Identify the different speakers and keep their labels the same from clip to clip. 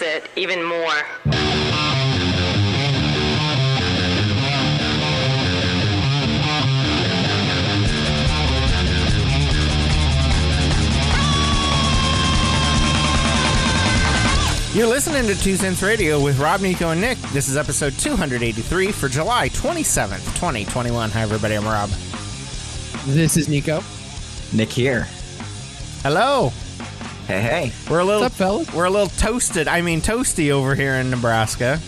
Speaker 1: it even more.
Speaker 2: You're listening to Two Cents Radio with Rob, Nico, and Nick. This is episode 283 for July 27th, 2021. Hi, everybody. I'm Rob.
Speaker 3: This is Nico.
Speaker 4: Nick here.
Speaker 2: Hello.
Speaker 4: Hey, hey.
Speaker 2: We're a little
Speaker 3: What's up, fellas?
Speaker 2: we're a little toasted. I mean, toasty over here in Nebraska.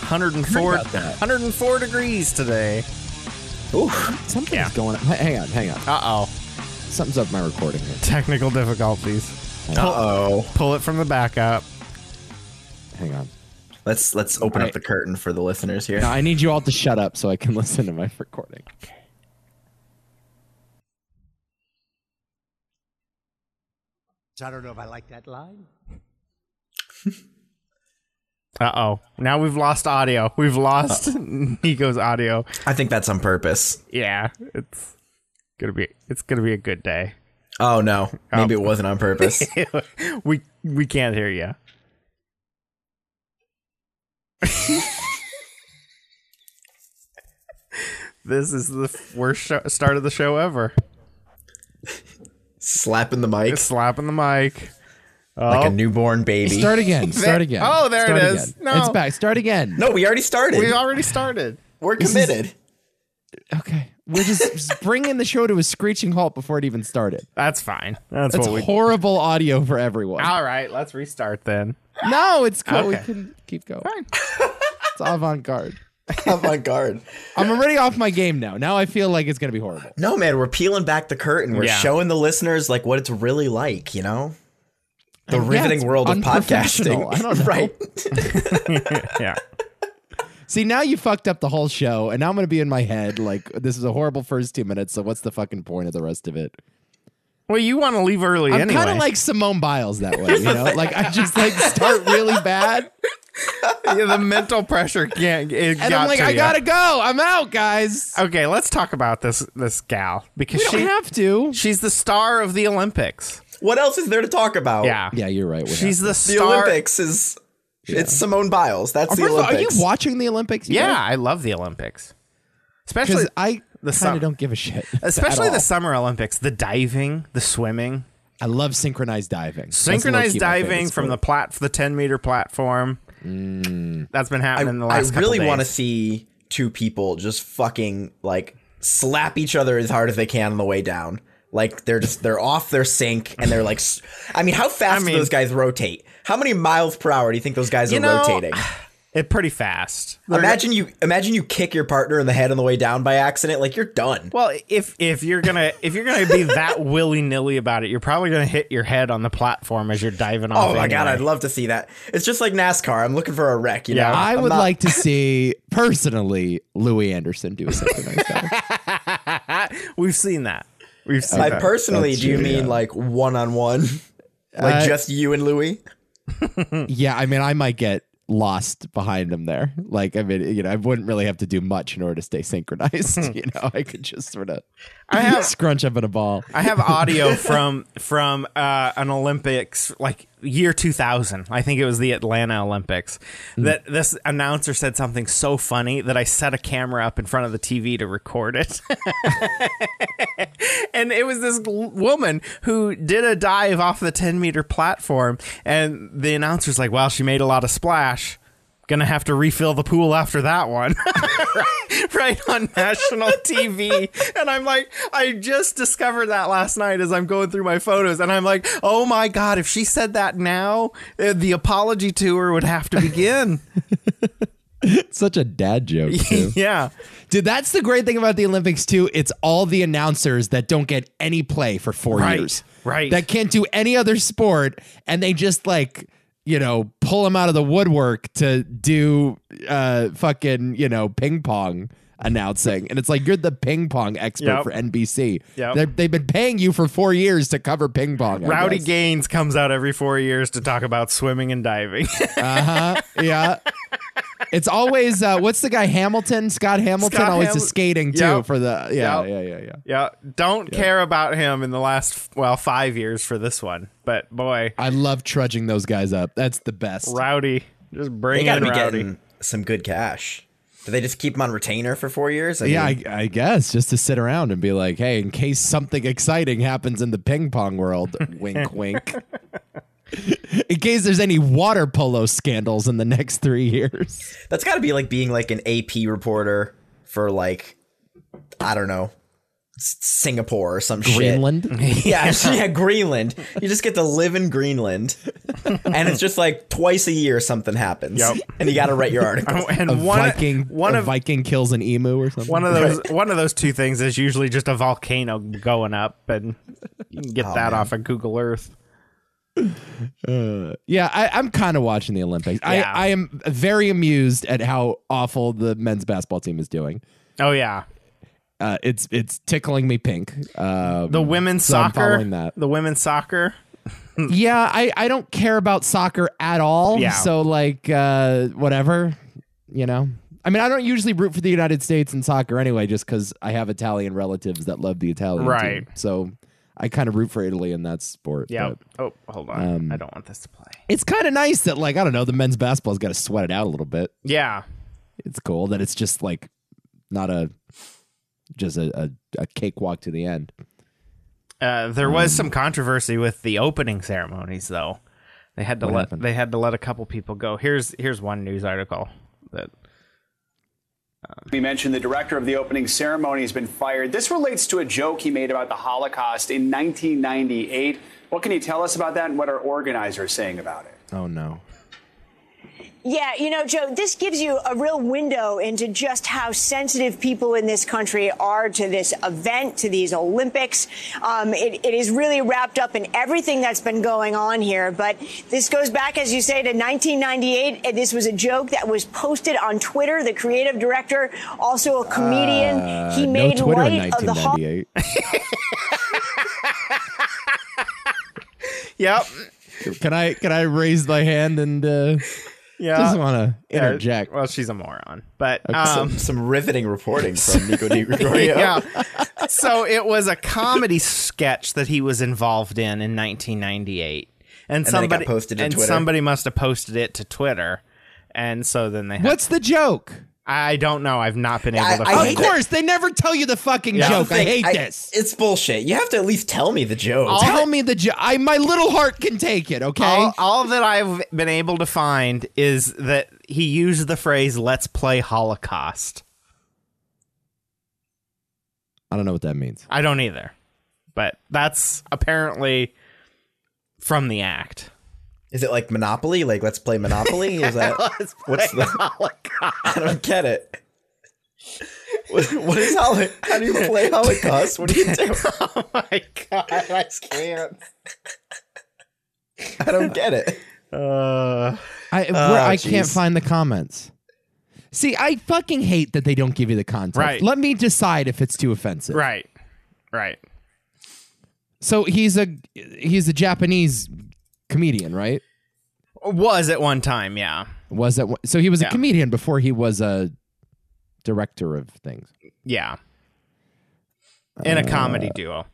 Speaker 2: 104
Speaker 4: Heard about that.
Speaker 2: 104 degrees today.
Speaker 4: Ooh,
Speaker 3: Something's
Speaker 2: Yeah.
Speaker 3: going on. H- Hang on, hang on.
Speaker 2: Uh-oh.
Speaker 3: Something's up with my recording here.
Speaker 2: Technical difficulties.
Speaker 4: uh-oh.
Speaker 2: Pull it from the back up.
Speaker 3: Hang on.
Speaker 4: Let's let's open
Speaker 3: Right.
Speaker 4: up the curtain for the listeners here.
Speaker 3: Now, I need you all to shut up so I can listen to my recording.
Speaker 5: I don't know if I like that line.
Speaker 2: Uh-oh. Now we've lost audio. We've lost Nico's audio.
Speaker 4: I think that's on purpose.
Speaker 2: Yeah, it's going to be it's going to be a good day.
Speaker 4: Oh no, maybe
Speaker 2: Oh.
Speaker 4: it wasn't on purpose.
Speaker 2: we we can't hear you. this is the worst show, start of the show ever.
Speaker 4: Slapping the mic
Speaker 2: Slapping the mic. Oh.
Speaker 4: like a newborn baby.
Speaker 3: Start again. Start again.
Speaker 2: oh, there it
Speaker 3: Start
Speaker 2: is.
Speaker 3: again.
Speaker 2: No.
Speaker 3: It's back. Start again.
Speaker 4: no, we already started.
Speaker 2: we already started.
Speaker 4: We're committed.
Speaker 3: Okay. We're just, just bringing the show to a screeching halt before it even started.
Speaker 2: That's fine. That's,
Speaker 3: That's
Speaker 2: what we.
Speaker 3: horrible audio for everyone.
Speaker 2: All right, let's restart then.
Speaker 3: no, it's cool. We
Speaker 2: Okay.
Speaker 3: can keep going. It's avant garde.
Speaker 4: Avant garde.
Speaker 3: I'm already off my game now. Now I feel like it's going to be horrible.
Speaker 4: No man, we're peeling back the curtain. We're
Speaker 2: Yeah.
Speaker 4: showing the listeners like what it's really like. You know, the
Speaker 3: Yeah,
Speaker 4: riveting
Speaker 3: it's
Speaker 4: world of
Speaker 3: unprofessional.
Speaker 4: podcasting.
Speaker 3: I don't know.
Speaker 4: right.
Speaker 2: Yeah.
Speaker 3: See, now you fucked up the whole show, and now I'm going to be in my head like, this is a horrible first two minutes, so what's the fucking point of the rest of it?
Speaker 2: Well, you want to leave early
Speaker 3: I'm
Speaker 2: anyway.
Speaker 3: kind of like Simone Biles that way, you know? like, I just like start really bad,
Speaker 2: Yeah, the mental pressure can't. It
Speaker 3: and
Speaker 2: got
Speaker 3: I'm like,
Speaker 2: to
Speaker 3: I
Speaker 2: ya.
Speaker 3: got to go. I'm out, guys.
Speaker 2: Okay, let's talk about this this gal because
Speaker 3: We don't
Speaker 2: she
Speaker 3: have to.
Speaker 2: She's the star of the Olympics.
Speaker 4: What else is there to talk about?
Speaker 2: Yeah.
Speaker 3: Yeah, you're right. we
Speaker 2: She's the
Speaker 3: have-
Speaker 4: The
Speaker 2: star.
Speaker 4: Olympics is. It's Simone Biles. That's the
Speaker 3: First of all, Are you
Speaker 4: Olympics.
Speaker 3: watching the Olympics? you
Speaker 2: Yeah,
Speaker 3: guys?
Speaker 2: I love the Olympics. Especially
Speaker 3: Because I kind
Speaker 2: summer.
Speaker 3: of don't give a shit. at
Speaker 2: especially
Speaker 3: all.
Speaker 2: the summer Olympics, the diving, the swimming,
Speaker 3: I love synchronized diving. That's
Speaker 2: synchronized
Speaker 3: low-key my favorite
Speaker 2: diving from the
Speaker 3: sport.
Speaker 2: plat the 10 meter platform. That's been
Speaker 4: I,
Speaker 2: happening in the
Speaker 4: I
Speaker 2: last couple
Speaker 4: really
Speaker 2: days.
Speaker 4: want to see two people just fucking like slap each other as hard as they can on the way down. Like they're just they're off their sync and they're like, s- I mean, how fast
Speaker 2: mean-
Speaker 4: do those guys rotate? How many miles per hour do you think those guys
Speaker 2: You
Speaker 4: are
Speaker 2: know,
Speaker 4: rotating?
Speaker 2: it pretty fast. They're-
Speaker 4: Imagine you imagine you kick your partner in the head on the way down by accident. Like you're done.
Speaker 2: well, if if you're gonna if you're gonna be that willy nilly about it, you're probably gonna hit your head on the platform as you're diving off.
Speaker 4: Oh my god,
Speaker 2: anyway.
Speaker 4: I'd love to see that. It's just like NASCAR. I'm looking for a wreck. You
Speaker 2: Yeah.
Speaker 4: know,
Speaker 3: I
Speaker 4: I'm
Speaker 3: would
Speaker 4: not-
Speaker 3: like to see personally Louis Anderson do a synchronized diving.
Speaker 2: We've seen that. We've seen
Speaker 4: By
Speaker 2: that.
Speaker 4: personally,
Speaker 3: That's
Speaker 4: do you
Speaker 3: true,
Speaker 4: mean
Speaker 3: yeah.
Speaker 4: like one on one, like
Speaker 3: Uh,
Speaker 4: just you and Louis?
Speaker 3: Yeah, I mean, I might get lost behind him there. Like, I mean, you know, I wouldn't really have to do much in order to stay synchronized. you know, I could just sort of
Speaker 2: Hmm. I have-
Speaker 3: scrunch up in a ball.
Speaker 2: I have audio from from uh, an Olympics like year 2000. I think it was the Atlanta Olympics. That this announcer said something so funny that I set a camera up in front of the TV to record it. and it was this l- woman who did a dive off the 10 meter platform, and the announcer's like, "Well, she made a lot of splash." Gonna have to refill the pool after that one, right, right on national TV. And I'm like, I just discovered that last night as I'm going through my photos, and I'm like, oh my god, if she said that now, uh, the apology tour would have to begin.
Speaker 3: It's such a dad joke, too.
Speaker 2: yeah,
Speaker 3: Dude, that's the great thing about the Olympics, too. It's all the announcers that don't get any play for four
Speaker 2: Right,
Speaker 3: years.
Speaker 2: right.
Speaker 3: That can't do any other sport. And they just like, you know, pull them out of the woodwork to do uh, fucking, you know, ping pong announcing. And it's like, you're the ping pong expert
Speaker 2: Yep.
Speaker 3: for NBC.
Speaker 2: Yep.
Speaker 3: They're- They've been paying you for four years to cover ping pong. I
Speaker 2: Rowdy
Speaker 3: guess.
Speaker 2: Gaines comes out every four years to talk about swimming and diving.
Speaker 3: Uh huh. Yeah. It's always uh, what's the guy Hamilton? Scott Hamilton
Speaker 2: Scott
Speaker 3: always
Speaker 2: Hamil-
Speaker 3: is skating too
Speaker 2: Yep.
Speaker 3: for the yeah
Speaker 2: Yep.
Speaker 3: yeah yeah yeah.
Speaker 2: Yeah, don't care about him in the last well five years for this one, but boy,
Speaker 3: I love trudging those guys up. That's the best.
Speaker 2: Rowdy, just
Speaker 4: They
Speaker 2: bring
Speaker 4: got
Speaker 2: in
Speaker 4: to be
Speaker 2: Rowdy.
Speaker 4: getting some good cash. Do they just keep him on retainer for four years? I
Speaker 3: Yeah,
Speaker 4: mean,
Speaker 3: I, I guess just to sit around and be like, hey, in case something exciting happens in the ping pong world, wink, wink. in case there's any water polo scandals in the next three years.
Speaker 4: that's got to be like being like an AP reporter for like I don't know S- Singapore or some
Speaker 3: Greenland.
Speaker 4: shit. Yeah, yeah, Greenland. You just get to live in Greenland, and it's just like twice a year something happens.
Speaker 2: Yep.
Speaker 4: and you got to write your article.
Speaker 2: Oh, and
Speaker 3: A
Speaker 2: one
Speaker 3: Viking,
Speaker 2: one
Speaker 3: a
Speaker 2: of
Speaker 3: Viking kills an emu or something.
Speaker 2: one of those one of those two things is usually just a volcano going up, and you can
Speaker 3: Oh,
Speaker 2: get that off of Google Earth.
Speaker 3: yeah, I, I'm kind of watching the Olympics.
Speaker 2: Yeah.
Speaker 3: I, I am very amused at how awful the men's basketball team is doing.
Speaker 2: Oh yeah,
Speaker 3: Uh, it's it's tickling me pink. Um,
Speaker 2: the women's
Speaker 3: so I'm
Speaker 2: soccer.
Speaker 3: following that.
Speaker 2: The women's soccer.
Speaker 3: yeah i i don't care about soccer at all
Speaker 2: Yeah.
Speaker 3: so like uh whatever you know i mean i don't usually root for the united states in soccer anyway just because i have italian relatives that love the italian team.
Speaker 2: Right.
Speaker 3: so i kind of root for italy in that sport
Speaker 2: Yeah.
Speaker 3: but
Speaker 2: Oh, hold on.
Speaker 3: Um,
Speaker 2: I don't want this to play.
Speaker 3: it's kind of nice that like i don't know the men's basketball's got to sweat it out a little bit
Speaker 2: Yeah.
Speaker 3: it's cool that it's just like not a just a, a, a cakewalk to the end
Speaker 2: Uh, there
Speaker 3: um,
Speaker 2: was some controversy with the opening ceremonies, though. They had to let
Speaker 3: happened?
Speaker 2: they had to let a couple people go. Here's here's one news article that
Speaker 1: We mentioned the director of the opening ceremony has been fired. This relates to a joke he made about the Holocaust in 1998. What can you tell us about that and what our organizers saying about it?
Speaker 3: oh no
Speaker 6: Yeah, you know, Joe, this gives you a real window into just how sensitive people in this country are to this event, to these Olympics. Um, it, it is really wrapped up in everything that's been going on here. But this goes back, as you say, to 1998. And This was a joke that was posted on Twitter. The creative director, also a comedian,
Speaker 3: Uh,
Speaker 6: he
Speaker 3: no
Speaker 6: made
Speaker 3: twitter in
Speaker 6: light of the Holocaust.
Speaker 3: 1998
Speaker 2: Yep.
Speaker 3: can i can i raise my hand and uh
Speaker 2: Yeah.
Speaker 3: Doesn't want to
Speaker 2: Yeah,
Speaker 3: interject.
Speaker 2: Well, she's a moron, but um,
Speaker 4: some, some riveting reporting from Nico Di Gregorio.
Speaker 2: yeah. so it was a comedy sketch that he was involved in in 1998, and,
Speaker 4: then it got
Speaker 2: somebody
Speaker 4: posted to
Speaker 2: and
Speaker 4: Twitter.
Speaker 2: somebody must have posted it to Twitter, and so then they. Had,
Speaker 3: What's the joke?
Speaker 2: I don't know. I've not been able
Speaker 4: I-
Speaker 2: to.
Speaker 4: I
Speaker 2: find
Speaker 3: Of
Speaker 4: hate
Speaker 2: it.
Speaker 3: course, they never tell you the fucking
Speaker 2: Yeah.
Speaker 3: joke. I
Speaker 4: Like,
Speaker 3: hate
Speaker 4: I-
Speaker 3: this.
Speaker 4: It's bullshit. You have to at least tell me the joke.
Speaker 3: tell me the joke. I my little heart can take it. Okay.
Speaker 2: All, all that I've been able to find is that he used the phrase "Let's play Holocaust."
Speaker 3: I don't know what that means.
Speaker 2: I don't either, but that's apparently from the act.
Speaker 4: Is it like Monopoly? Like let's play Monopoly? Is that what's the I don't get it. What, what is Holocaust? How do you play Holocaust? What do you do?
Speaker 2: oh my god, I can't.
Speaker 4: I don't get it.
Speaker 2: Uh,
Speaker 3: I where, I
Speaker 4: jeez.
Speaker 3: can't find the comments. See, I fucking hate that they don't give you the context.
Speaker 2: Right.
Speaker 3: Let me decide if it's too offensive.
Speaker 2: right, right.
Speaker 3: So he's a he's a Japanese comedian, right?
Speaker 2: Was at one time, yeah,
Speaker 3: Was that so? He was
Speaker 2: Yeah.
Speaker 3: a comedian before he was a director of things.
Speaker 2: yeah. In a comedy duo.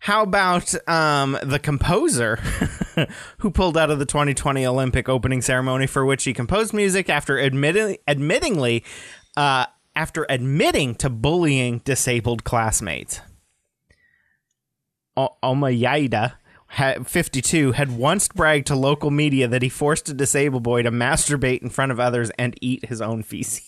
Speaker 2: How about um, the composer who pulled out of the 2020 Olympic opening ceremony for which he composed music after admitting, admittingly, uh, after admitting to bullying disabled classmates? O- Omayaida, ha- 52, had once bragged to local media that he forced a disabled boy to masturbate in front of others and eat his own feces.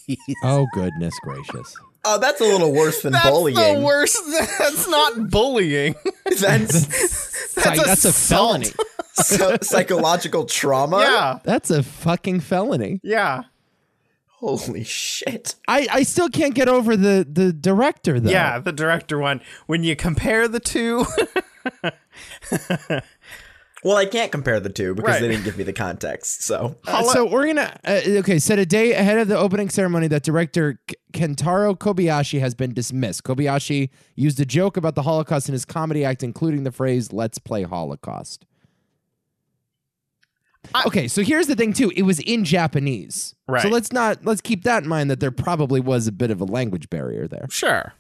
Speaker 3: Oh goodness gracious!
Speaker 4: Oh, that's a little worse than
Speaker 2: That's
Speaker 4: bullying.
Speaker 2: the worst. That's not bullying.
Speaker 4: That's
Speaker 3: It's like, that's a
Speaker 2: assault.
Speaker 3: felony.
Speaker 4: so, psychological trauma.
Speaker 2: Yeah.
Speaker 3: That's a fucking felony.
Speaker 2: Yeah.
Speaker 4: Holy shit.
Speaker 3: I, I still can't get over the the director though.
Speaker 2: Yeah. The director one. When you compare the two,
Speaker 4: Well, I can't compare the two because they
Speaker 2: Right.
Speaker 4: didn't give me the context. So
Speaker 3: Uh, so we're gonna uh, okay. Set a day ahead of the opening ceremony that director K- Kentaro Kobayashi has been dismissed. Kobayashi used a joke about the Holocaust in his comedy act, including the phrase "Let's play Holocaust." I- okay, so here's the thing too. It was in Japanese, So
Speaker 2: Right.
Speaker 3: let's not let's keep that in mind that there probably was a bit of a language barrier there.
Speaker 2: Sure.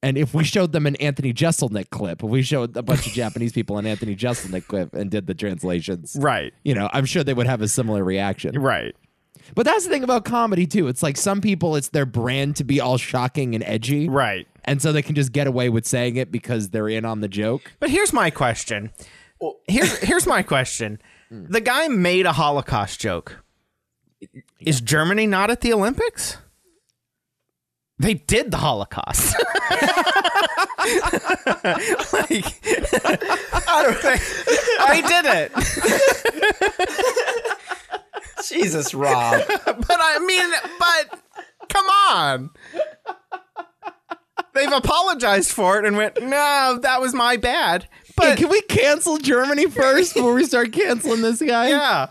Speaker 3: And if we showed them an Anthony Jeselnik clip, if we showed a bunch of Japanese people an Anthony Jeselnik clip and did the translations,
Speaker 2: Right.
Speaker 3: You know, I'm sure they would have a similar reaction.
Speaker 2: Right.
Speaker 3: But that's the thing about comedy too. It's like some people, it's their brand to be all shocking and edgy,
Speaker 2: Right.
Speaker 3: And so they can just get away with saying it because they're in on the joke.
Speaker 2: But here's my question. Here's here's my question. The guy made a Holocaust joke. Is Germany not at the Olympics? They did the Holocaust. like, I don't think they did it.
Speaker 4: Jesus, Rob.
Speaker 2: But I mean, but come on. They've apologized for it and went, no, that was my bad.
Speaker 3: Hey,
Speaker 2: But
Speaker 3: can we cancel Germany first before we start canceling this guy?
Speaker 2: yeah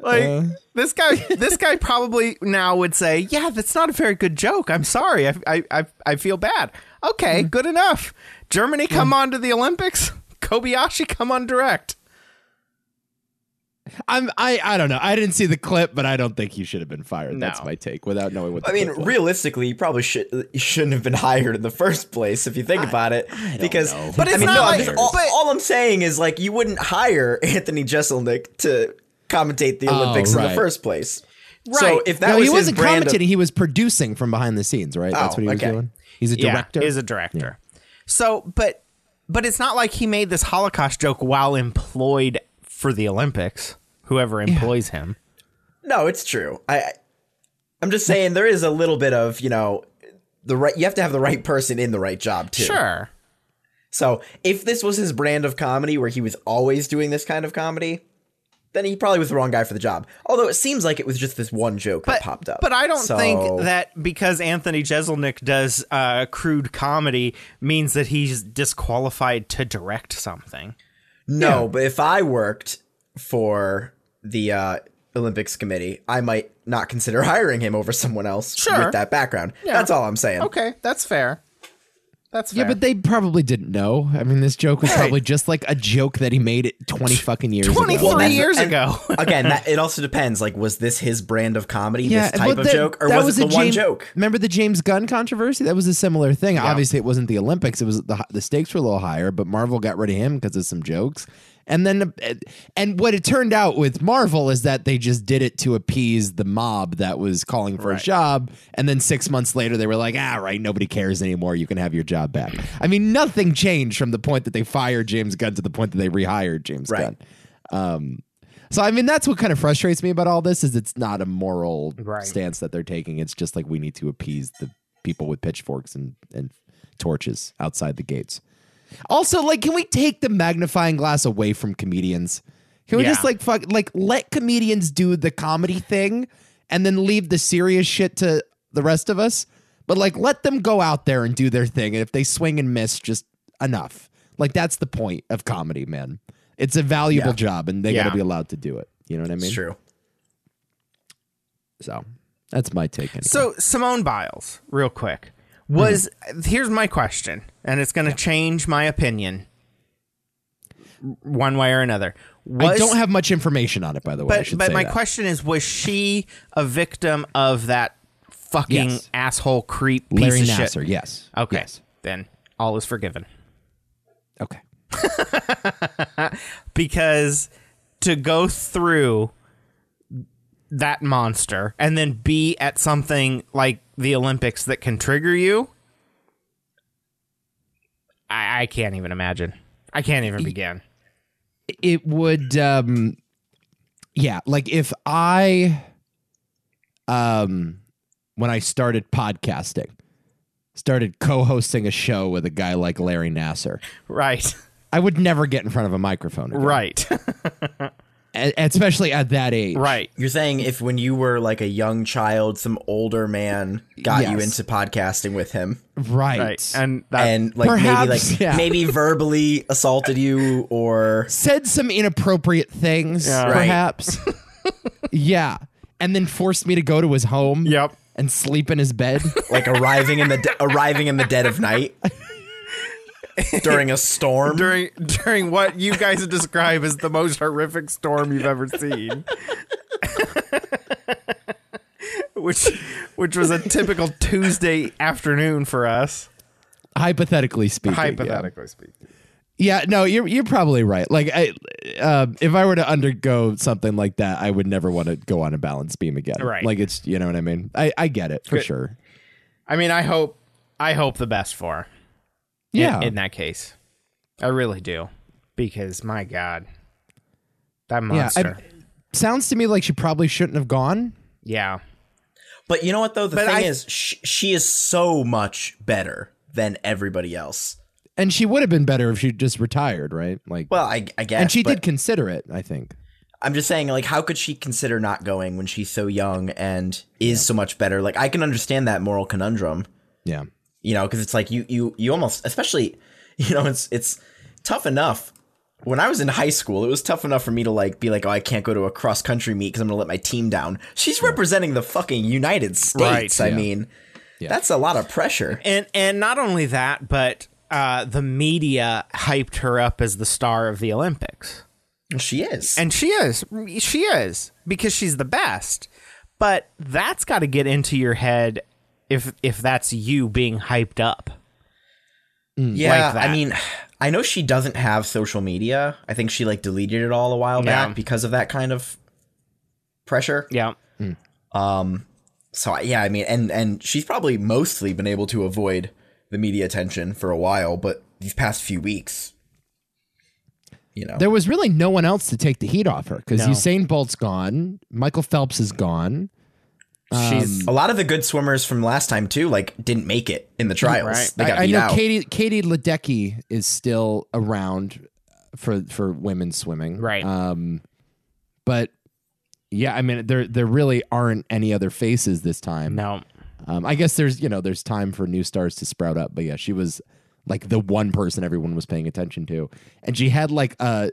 Speaker 2: like this guy this guy probably now would say yeah that's not a very good joke i'm sorry i i i, I feel bad okay good enough germany come on to the olympics kobayashi come on direct
Speaker 3: I'm I I don't know. I didn't see the clip, but I don't think he should have been fired.
Speaker 2: No.
Speaker 3: That's my take without knowing what the
Speaker 4: I mean,
Speaker 3: clip was.
Speaker 4: realistically, you probably should you shouldn't have been hired in the first place if you think about it. because
Speaker 3: know.
Speaker 2: But
Speaker 4: I
Speaker 2: it's
Speaker 4: mean,
Speaker 2: not
Speaker 4: no,
Speaker 2: like-
Speaker 4: I'm just- all,
Speaker 2: but-
Speaker 4: all I'm saying is like you wouldn't hire Anthony Jeselnik to commentate the Olympics in
Speaker 3: right.
Speaker 4: the first place.
Speaker 2: Right.
Speaker 4: So if that
Speaker 3: no,
Speaker 4: was
Speaker 3: he wasn't
Speaker 4: his brand of-
Speaker 3: commentating. he was producing from behind the scenes, right? That's
Speaker 4: Oh,
Speaker 3: what he was
Speaker 4: okay.
Speaker 3: doing. He's a director.
Speaker 2: yeah, is a director so but but it's not like he made this holocaust joke while employed for the olympics whoever employs him
Speaker 4: No, it's true. I, I- I'm just saying there is a little bit of you know the right. You have to have the right person in the right job too.
Speaker 2: sure
Speaker 4: So if this was his brand of comedy, where he was always doing this kind of comedy, then he probably was the wrong guy for the job. Although it seems like it was just this one joke that popped up.
Speaker 2: But I don't
Speaker 4: So-
Speaker 2: think that because Anthony Jeselnik does uh, crude comedy means that he's disqualified to direct something.
Speaker 4: No, but if I worked for the uh, Olympics committee, I might not consider hiring him over someone else
Speaker 2: Sure.
Speaker 4: with that background. That's all I'm saying.
Speaker 2: Okay, that's fair. That's fair.
Speaker 3: Yeah, but they probably didn't know. I mean, this joke was probably just like a joke that he made it 20 fucking years ago.
Speaker 2: 23
Speaker 4: that's-
Speaker 2: years
Speaker 4: and-
Speaker 2: ago.
Speaker 4: Again, that, it also depends. Like, was this his brand of comedy,
Speaker 3: yeah,
Speaker 4: this type
Speaker 3: but
Speaker 4: of
Speaker 3: that-
Speaker 4: joke, or
Speaker 3: that
Speaker 4: was, it
Speaker 3: a
Speaker 4: the one
Speaker 3: James-
Speaker 4: joke?
Speaker 3: Remember the James Gunn controversy? That was a similar thing. Obviously, it wasn't the Olympics. It was the the stakes were a little higher, but Marvel got rid of him because of some jokes. And then, and what it turned out with Marvel is that they just did it to appease the mob that was calling for a job. And then six months later, they were like, "Ah, right, nobody cares anymore. You can have your job back." I mean, nothing changed from the point that they fired James Gunn to the point that they rehired James
Speaker 4: Right.
Speaker 3: Gunn. So I mean, that's what kind of frustrates me about all this is it's not a moral
Speaker 2: Right.
Speaker 3: stance that they're taking. It's just like we need to appease the people with pitchforks and and torches outside the gates. Also, like, can we take the magnifying glass away from comedians? Can we
Speaker 2: Yeah.
Speaker 3: just like fuck like let comedians do the comedy thing and then leave the serious shit to the rest of us? But like let them go out there and do their thing. And if they swing and miss, just enough. Like that's the point of comedy, man. It's a valuable job and they
Speaker 2: Yeah.
Speaker 3: gotta be allowed to do it. You know what I mean?
Speaker 4: It's true.
Speaker 3: So that's my take. Anyway.
Speaker 2: So Simone Biles, real quick, was here's my question, and it's going to change my opinion one way or another. Was
Speaker 3: I don't have much information on it, by the way. I
Speaker 2: but
Speaker 3: should
Speaker 2: but
Speaker 3: say
Speaker 2: my
Speaker 3: that.
Speaker 2: question is, was she a victim of that fucking
Speaker 3: Yes.
Speaker 2: asshole creep piece
Speaker 3: Larry
Speaker 2: of
Speaker 3: Nasser,
Speaker 2: shit?
Speaker 3: yes.
Speaker 2: Okay,
Speaker 3: Yes.
Speaker 2: then all is forgiven.
Speaker 3: Okay.
Speaker 2: because to go through that monster and then be at something like the Olympics that can trigger you, I, I can't even imagine. I can't even begin.
Speaker 3: It would um yeah, like if I um when I started podcasting, started co-hosting a show with a guy like Larry Nasser,
Speaker 2: Right,
Speaker 3: I would never get in front of a microphone. again.
Speaker 2: right,
Speaker 3: E- especially at that age.
Speaker 2: right.
Speaker 4: You're saying if when you were like a young child, some older man got you
Speaker 3: Yes.
Speaker 4: into podcasting with him,
Speaker 3: Right.
Speaker 2: Right, and that,
Speaker 4: and like maybe
Speaker 3: Perhaps,
Speaker 4: like
Speaker 3: yeah.
Speaker 4: maybe verbally assaulted you, or
Speaker 3: said some inappropriate things,
Speaker 2: Yeah.
Speaker 4: Right.
Speaker 3: perhaps. yeah. And then forced me to go to his home.
Speaker 2: Yep.
Speaker 3: And sleep in his bed.
Speaker 4: like arriving in the de- arriving in the dead of night. during a storm.
Speaker 2: during during what you guys describe as the most horrific storm you've ever seen. which which was a typical Tuesday afternoon for us,
Speaker 3: hypothetically speaking. yeah.
Speaker 2: hypothetically speaking.
Speaker 3: Yeah, no, you're you're probably right. Like, I, um, if I were to undergo something like that, I would never want to go on a balance beam again.
Speaker 2: Right.
Speaker 3: Like, it's you know what I mean. I I get it for sure.
Speaker 2: I mean, I hope I hope the best for her in-
Speaker 3: Yeah.
Speaker 2: in, that case. I really do. Because my god. That
Speaker 3: yeah. I-
Speaker 2: monster.
Speaker 3: sounds to me like she probably shouldn't have gone.
Speaker 2: yeah.
Speaker 4: But you know what though? The
Speaker 2: But
Speaker 4: thing
Speaker 2: I-
Speaker 4: is, she, she is so much better than everybody else.
Speaker 3: And she would have been better if she just retired, right? Like,
Speaker 4: Well, I, I guess.
Speaker 3: and she
Speaker 4: but
Speaker 3: did consider it. I think.
Speaker 4: I'm just saying, like, how could she consider not going when she's so young and is so much better? Like, I can understand that moral conundrum.
Speaker 3: Yeah.
Speaker 4: you know because it's like you you you almost especially you know it's it's tough enough when i was in high school it was tough enough for me to like be like oh i can't go to a cross country meet because i'm gonna let my team down she's representing the fucking united states i
Speaker 3: yeah.
Speaker 4: mean that's a lot of pressure
Speaker 2: and and not only that, but uh, the media hyped her up as the star of the Olympics,
Speaker 4: she is
Speaker 2: and she is, she is because she's the best. But that's got to get into your head if if that's you being hyped up.
Speaker 4: yeah
Speaker 2: like that.
Speaker 4: i mean i know she doesn't have social media i think she like deleted it all a while
Speaker 2: Yeah.
Speaker 4: back because of that kind of pressure
Speaker 2: Yeah,
Speaker 4: so I- yeah, I mean, and and she's probably mostly been able to avoid the media attention for a while, but these past few weeks, you know,
Speaker 3: There was really no one else to take the heat off her because
Speaker 2: No.
Speaker 3: Usain Bolt's gone, Michael Phelps is gone.
Speaker 2: she's
Speaker 4: um, a lot of the good swimmers from last time too, like didn't make it in the trials.
Speaker 2: Right.
Speaker 4: They got
Speaker 3: I, I
Speaker 4: beat
Speaker 3: know
Speaker 4: out.
Speaker 3: Katie Katie Ledecky is still around for for women's swimming,
Speaker 2: Right.
Speaker 3: Um, but yeah, I mean there there really aren't any other faces this time.
Speaker 2: no,
Speaker 3: Um, I guess there's you know there's time for new stars to sprout up, but yeah, she was like the one person everyone was paying attention to, and she had like a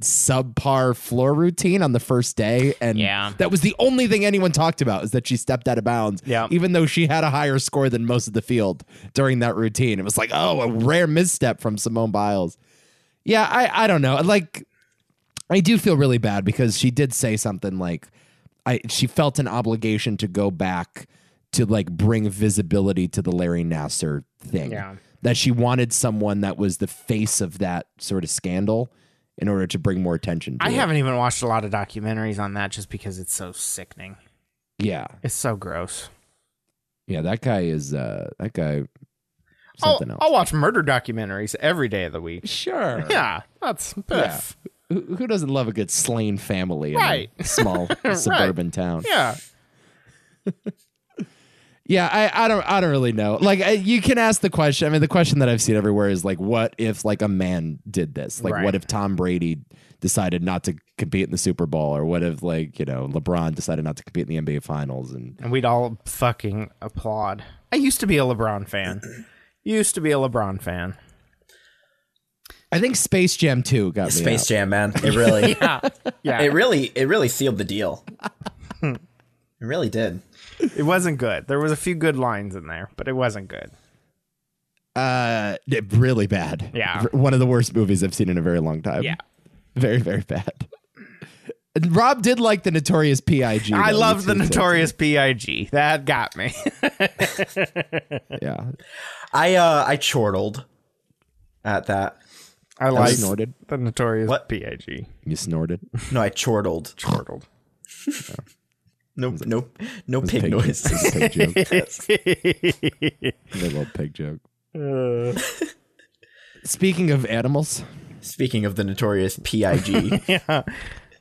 Speaker 3: subpar floor routine on the first day, and
Speaker 2: Yeah.
Speaker 3: that was the only thing anyone talked about is that she stepped out of bounds,
Speaker 2: Yeah.
Speaker 3: even though she had a higher score than most of the field during that routine. It was like oh, a rare misstep from Simone Biles. Yeah, I I don't know, like I do feel really bad because she did say something like I she felt an obligation to go back to like bring visibility to the Larry Nasser thing.
Speaker 2: Yeah.
Speaker 3: That she wanted someone that was the face of that sort of scandal in order to bring more attention to
Speaker 2: I
Speaker 3: it.
Speaker 2: haven't even watched a lot of documentaries on that just because it's so sickening.
Speaker 3: Yeah.
Speaker 2: It's so gross.
Speaker 3: Yeah, that guy is uh that guy
Speaker 2: I'll,
Speaker 3: something else.
Speaker 2: I'll watch murder documentaries every day of the week.
Speaker 3: sure.
Speaker 2: Yeah, that's
Speaker 3: Yeah. Who, who doesn't love a good slain family in
Speaker 2: Right.
Speaker 3: a small suburban town?
Speaker 2: yeah.
Speaker 3: Yeah, I, I don't I don't really know. Like I, you can ask the question. I mean, the question that I've seen everywhere is like, what if like a man did this? Like,
Speaker 2: Right.
Speaker 3: what if Tom Brady decided not to compete in the Super Bowl, or what if like you know LeBron decided not to compete in the NBA Finals? And
Speaker 2: and we'd all fucking applaud. I used to be a LeBron fan. used to be a LeBron fan.
Speaker 3: I think Space Jam Two got me.
Speaker 4: Space
Speaker 3: out.
Speaker 4: Jam, man, it really,
Speaker 2: Yeah,
Speaker 4: it
Speaker 2: it,
Speaker 4: really, it really sealed the deal. it really did.
Speaker 2: wasn't good. There was a few good lines in there, but it wasn't good.
Speaker 3: Uh, d- really bad.
Speaker 2: Yeah.
Speaker 3: R- one of the worst movies I've seen in a very long time.
Speaker 2: Yeah.
Speaker 3: very very bad. And Rob did like the Notorious P.I.G.
Speaker 2: I
Speaker 3: though,
Speaker 2: love the
Speaker 3: which is, uh,
Speaker 2: Notorious P.I.G. That got me.
Speaker 3: Yeah,
Speaker 4: I uh, I chortled at that.
Speaker 2: I like
Speaker 3: snorted.
Speaker 2: the Notorious
Speaker 4: What?
Speaker 2: P.I.G.
Speaker 3: you snorted.
Speaker 4: No, I chortled.
Speaker 2: Chortled.
Speaker 4: No, no, no pig,
Speaker 3: Pig-
Speaker 4: noise.
Speaker 3: pig joke. They love pig joke. Uh. Speaking of animals,
Speaker 4: Speaking of the notorious Pig,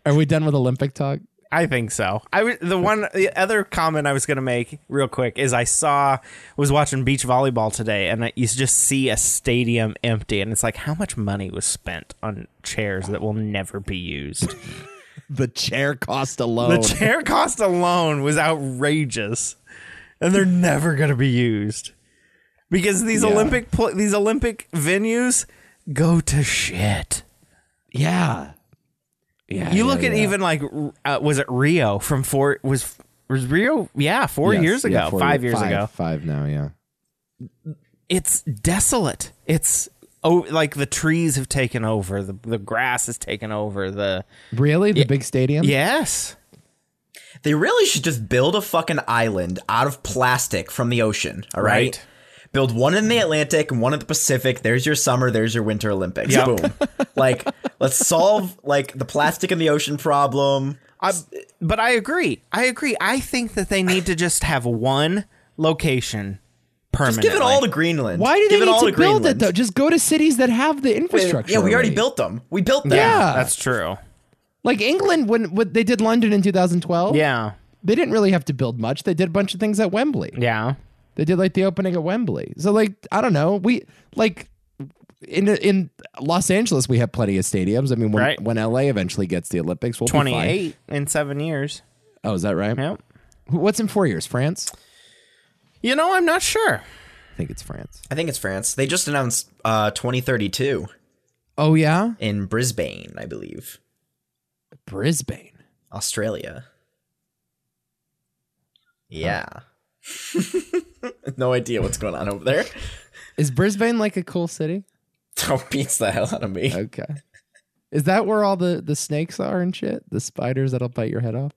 Speaker 3: are we done with Olympic talk?
Speaker 2: I think so. I was the one. The other comment I was going to make real quick is I saw was watching beach volleyball today, and I, you just see a stadium empty, and it's like how much money was spent on chairs that will never be used.
Speaker 3: The chair cost alone.
Speaker 2: the chair cost alone was outrageous, and they're never going to be used because these Olympic pl- these Olympic venues go to shit.
Speaker 3: yeah. Yeah.
Speaker 2: You
Speaker 3: yeah,
Speaker 2: look at
Speaker 3: yeah.
Speaker 2: even like uh, was it Rio from four was was Rio yeah four
Speaker 3: Yes,
Speaker 2: years ago
Speaker 3: yeah, four-
Speaker 2: five years
Speaker 3: five-
Speaker 2: ago
Speaker 3: Five now, yeah.
Speaker 2: it's desolate it's oh, like the trees have taken over, the the grass has taken over. The
Speaker 3: Really? The big stadium?
Speaker 2: yes,
Speaker 4: They really should just build a fucking island out of plastic from the ocean. All right.
Speaker 2: Right.
Speaker 4: Build one in the Atlantic and one in the Pacific. There's your summer. There's your Winter Olympics.
Speaker 2: Yep.
Speaker 4: Boom. like, let's solve like the plastic in the ocean problem.
Speaker 2: I, but I agree. I agree. I think that they need to just have one location permanently.
Speaker 4: Just give it all to Greenland.
Speaker 3: Why do
Speaker 4: give
Speaker 3: they need to build it
Speaker 4: Greenland.
Speaker 3: though? Just go to cities that have the infrastructure.
Speaker 4: Yeah, we already built them. We built them.
Speaker 3: Yeah.
Speaker 2: That's true.
Speaker 3: Like England when, when they did London in 2012.
Speaker 2: Yeah.
Speaker 3: They didn't really have to build much. They did a bunch of things at Wembley.
Speaker 2: Yeah.
Speaker 3: They did like the opening at Wembley. So like I don't know. We like in in Los Angeles we have plenty of stadiums. I mean when
Speaker 2: Right.
Speaker 3: when LA eventually gets the Olympics, we'll be fine.
Speaker 2: 28 in seven years.
Speaker 3: Oh, is that right?
Speaker 2: Yep.
Speaker 3: What's in 4 years? France?
Speaker 2: You know, I'm not sure.
Speaker 3: I think it's France.
Speaker 4: I think it's France. They just announced uh, 2032
Speaker 3: Oh yeah?
Speaker 4: in Brisbane, I believe,
Speaker 3: Brisbane.
Speaker 4: Australia. Yeah. no idea what's going on over there.
Speaker 3: Is Brisbane like a cool city?
Speaker 4: Don't beats the hell out of me.
Speaker 3: Okay. Is that where all the the snakes are and shit? The spiders that'll bite your head off?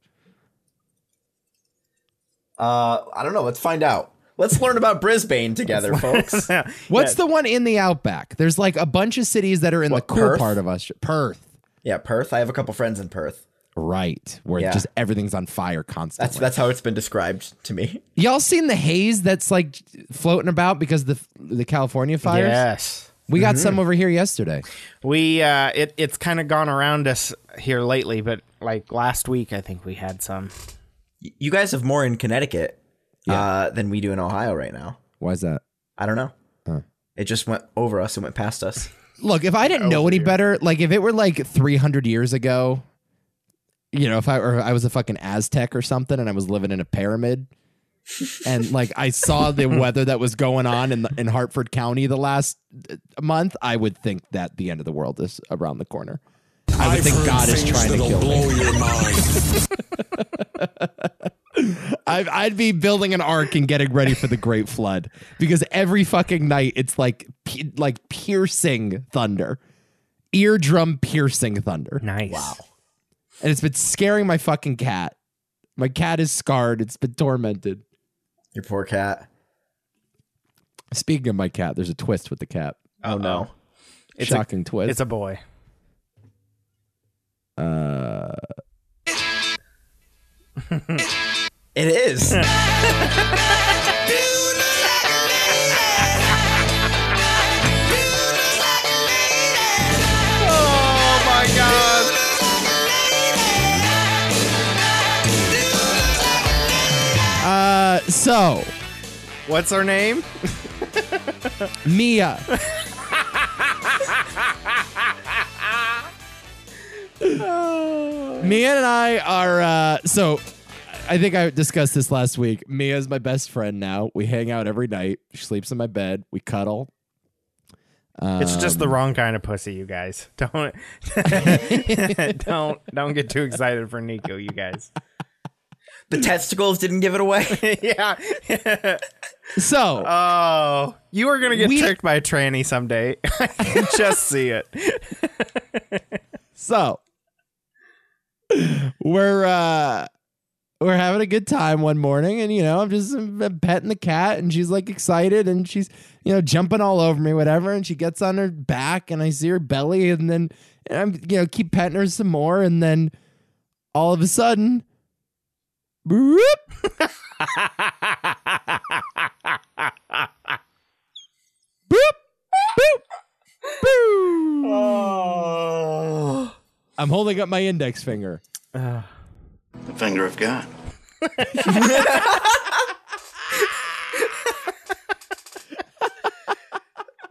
Speaker 4: Uh, I don't know. Let's find out. Let's learn about Brisbane together, folks.
Speaker 3: What's the one in the outback? There's like a bunch of cities that are in
Speaker 4: What,
Speaker 3: the cool
Speaker 4: Perth?
Speaker 3: part of us. Perth.
Speaker 4: Yeah, Perth. I have a couple friends in Perth.
Speaker 3: Right. Where
Speaker 4: Yeah.
Speaker 3: just everything's on fire
Speaker 4: That's
Speaker 3: constantly.
Speaker 4: that's how it's been described to me.
Speaker 3: Y'all seen the haze that's like floating about because the the California fires?
Speaker 2: Yes.
Speaker 3: We got some over here yesterday.
Speaker 2: We uh it it's kind of gone around us here lately, but like last week I think we had some.
Speaker 4: Y- You guys have more in Connecticut uh, than we do in Ohio right now.
Speaker 3: Why is that?
Speaker 4: I don't know. It just went over us. It went past us.
Speaker 3: Look, if I didn't know any better, like if it were like 300 years ago, you know, if I or I was a fucking Aztec or something and I was living in a pyramid and like I saw the weather that was going on in the, in Hartford County the last uh, month, I would think that the end of the world is around the corner. I would think God is trying to kill me.
Speaker 7: your mind.
Speaker 3: I, I'd be building an ark and getting ready for the Great Flood because every fucking night it's like pi- like piercing thunder, eardrum piercing thunder,
Speaker 2: Nice. Wow.
Speaker 3: and it's been scaring my fucking cat. My cat is scarred. It's been tormented.
Speaker 4: Your poor cat.
Speaker 3: Speaking of my cat, there's a twist with the cat.
Speaker 4: Oh no.
Speaker 2: It's a-
Speaker 3: Shocking twist.
Speaker 2: It's a boy.
Speaker 4: It is.
Speaker 3: uh, so
Speaker 2: What's her name?
Speaker 3: Mia. Mia and I are uh, so. I think I discussed this last week. Mia is my best friend now. We hang out every night. She sleeps in my bed. We cuddle.
Speaker 2: it's
Speaker 3: Um,
Speaker 2: just the wrong kind of pussy, you guys. Don't don't don't get too excited for Nico, you guys.
Speaker 4: the testicles didn't give it away.
Speaker 2: yeah.
Speaker 3: So
Speaker 2: Oh, you are gonna get
Speaker 3: We-
Speaker 2: tricked by a tranny someday. I can just see it.
Speaker 3: So we're uh we're having a good time one morning and you know, I'm just I'm petting the cat and she's like excited and she's you know jumping all over me whatever and she gets on her back and I see her belly and then and I'm you know keep petting her some more and then all of a sudden whoop, boop boop boop I'm holding up my index finger.
Speaker 7: The finger of God.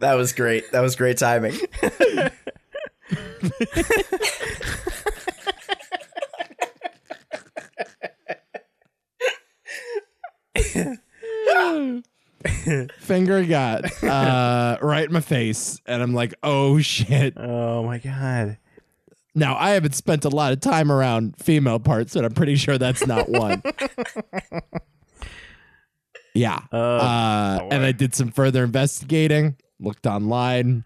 Speaker 4: that was great. That was great timing.
Speaker 3: Finger got uh right in my face and I'm like, "Oh shit."
Speaker 2: Oh my god.
Speaker 3: Now, I haven't spent a lot of time around female parts, but I'm pretty sure that's not one. Uh, yeah. Uh, and I did some further investigating, looked online,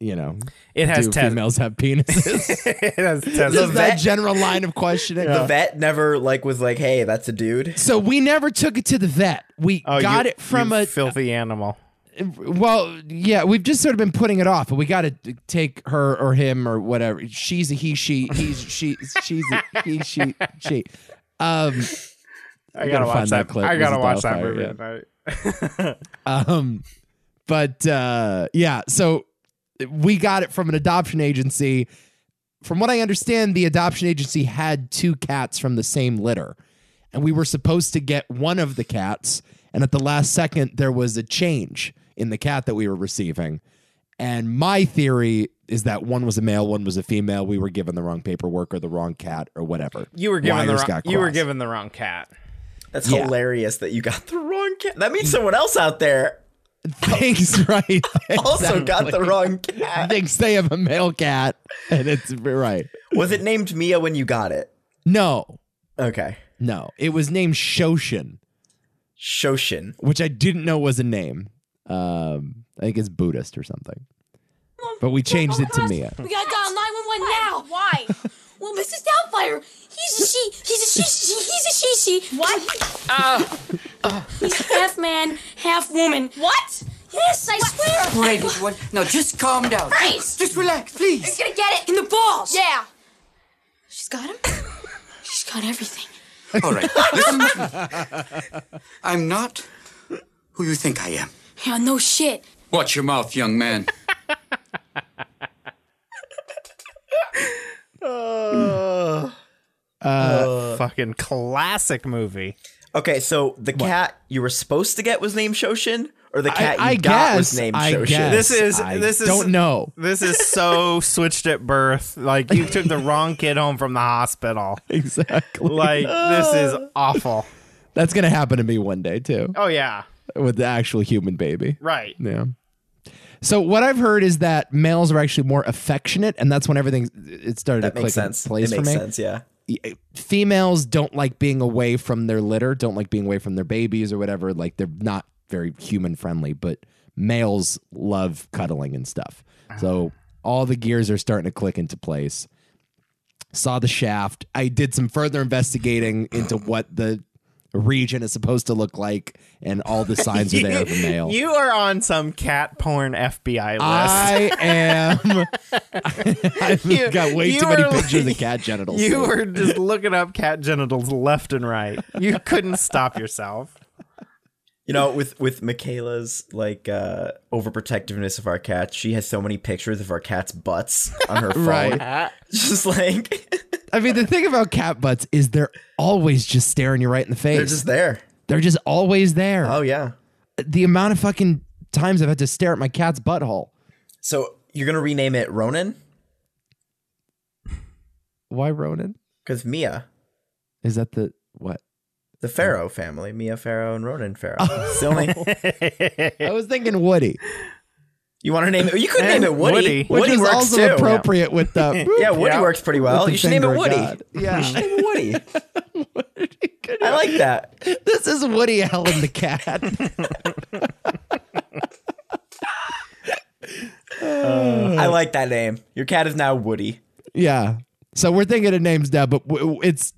Speaker 3: you know,
Speaker 2: It has
Speaker 3: do
Speaker 2: ten.
Speaker 3: females have penises?
Speaker 2: it has ten.
Speaker 3: Just that
Speaker 4: vet-
Speaker 3: general line of questioning.
Speaker 4: The vet never like was like, "Hey, that's a dude."
Speaker 3: So we never took it to the vet. We
Speaker 2: Oh,
Speaker 3: got
Speaker 2: you-
Speaker 3: it from
Speaker 2: you
Speaker 3: a
Speaker 2: filthy animal.
Speaker 3: well, yeah, we've just sort of been putting it off, but we got to take her or him or whatever. She's a he, she, he's she, she's a he, she, she. Um,
Speaker 2: I
Speaker 3: gotta
Speaker 2: gotta
Speaker 3: find
Speaker 2: watch
Speaker 3: that
Speaker 2: that.
Speaker 3: clip.
Speaker 2: I gotta
Speaker 3: This is
Speaker 2: watch that
Speaker 3: Dollfire,
Speaker 2: movie
Speaker 3: yeah.
Speaker 2: tonight.
Speaker 3: um, but uh, yeah, so we got it from an adoption agency. From what I understand, the adoption agency had two cats from the same litter, and we were supposed to get one of the cats. And at the last second, there was a change in the cat that we were receiving. And my theory is that one was a male, one was a female. We were given the wrong paperwork or the wrong cat or whatever.
Speaker 2: You were given the
Speaker 3: Wires
Speaker 2: wrong.
Speaker 3: got
Speaker 2: You were
Speaker 3: crossed.
Speaker 2: given the wrong cat.
Speaker 4: That's
Speaker 3: Yeah.
Speaker 4: hilarious that you got the wrong cat. That means someone else out there
Speaker 3: Thanks, right?
Speaker 2: Oh,
Speaker 4: also got the
Speaker 3: Exactly.
Speaker 4: wrong cat.
Speaker 3: thinks they have a male cat, and it's right.
Speaker 4: Was it named Mia when you got it?
Speaker 3: No,
Speaker 4: Okay,
Speaker 3: no, it was named Shoshin,
Speaker 4: Shoshin.
Speaker 3: which I didn't know was a name. Um, I think it's Buddhist or something. But we changed it to Mia.
Speaker 8: We gotta dial 911 now. Why? Well, Mrs. Doubtfire, he's a she. He's a she. she he's a she. She. What? he's half man, half woman. Uh, What? Yes, I swear.
Speaker 9: Wait, what? No, just calm down.
Speaker 8: Grace.
Speaker 9: Just relax, please.
Speaker 8: You're gonna get it in the balls. Yeah. She's got him. She's got everything.
Speaker 9: All right, listen to me. I'm not who you think I am.
Speaker 8: Yeah, no shit.
Speaker 9: Watch your mouth, young man.
Speaker 3: Uh,
Speaker 2: Fucking classic movie.
Speaker 4: Okay, so the cat you were supposed to get was named Shoshin, or the cat you
Speaker 3: I
Speaker 4: got was
Speaker 3: guess,
Speaker 4: named
Speaker 3: I
Speaker 4: Shoshin.
Speaker 3: guess.
Speaker 2: This is.
Speaker 3: I
Speaker 2: this is.
Speaker 3: don't know.
Speaker 2: This is so switched at birth. Like you took the wrong kid home from the hospital.
Speaker 3: Exactly.
Speaker 2: Like this is awful.
Speaker 3: That's gonna happen to me one day too,
Speaker 2: Oh yeah.
Speaker 3: with the actual human baby.
Speaker 2: Right.
Speaker 3: Yeah. So what I've heard is that males are actually more affectionate, and that's when everything it started
Speaker 4: That
Speaker 3: to
Speaker 4: makes
Speaker 3: click in
Speaker 4: sense. It
Speaker 3: place
Speaker 4: makes
Speaker 3: for me.
Speaker 4: sense. Yeah.
Speaker 3: females don't like being away from their litter, don't like being away from their babies or whatever. Like they're not very human friendly, but males love cuddling and stuff. So all the gears are starting to click into place. Saw the shaft. I did some further investigating into what the region is supposed to look like, and all the signs are there of a male.
Speaker 2: You are on some cat porn FBI list.
Speaker 3: I am. I've
Speaker 2: You-
Speaker 3: got way
Speaker 2: you
Speaker 3: too many
Speaker 2: were
Speaker 3: pictures
Speaker 2: like-
Speaker 3: of cat genitals.
Speaker 2: you were just looking up cat genitals left and right. You couldn't stop yourself.
Speaker 4: You know, with with Michaela's like uh overprotectiveness of our cat, she has so many pictures of our cat's butts on her phone.
Speaker 3: Right.
Speaker 4: Just like
Speaker 3: I mean, the thing about cat butts is they're always just staring you right in the face.
Speaker 4: they're just there.
Speaker 3: always there.
Speaker 4: Oh yeah.
Speaker 3: The amount of fucking times I've had to stare at my cat's butthole.
Speaker 4: So you're gonna rename it Ronan?
Speaker 3: Why Ronan?
Speaker 4: Because Mia,
Speaker 3: Is that the what?
Speaker 4: the Pharaoh family, Mia Pharaoh and Ronan Pharaoh.
Speaker 3: Oh.
Speaker 4: It's the only-
Speaker 3: I was thinking Woody,
Speaker 4: you want to name it? You could name it
Speaker 2: Woody.
Speaker 4: Woody. Woody,
Speaker 3: which is
Speaker 4: works
Speaker 3: also
Speaker 4: too.
Speaker 3: appropriate with the
Speaker 4: Yeah, Woody
Speaker 2: Yeah.
Speaker 4: works pretty
Speaker 3: With
Speaker 4: well.
Speaker 3: the
Speaker 4: You should name it
Speaker 3: finger of
Speaker 4: Woody.
Speaker 3: God.
Speaker 4: You should name it Woody. I like that.
Speaker 3: This is Woody Allen the cat. Uh.
Speaker 4: I like that name. Your cat is now Woody.
Speaker 3: yeah. So we're thinking of names now, but w- w- it's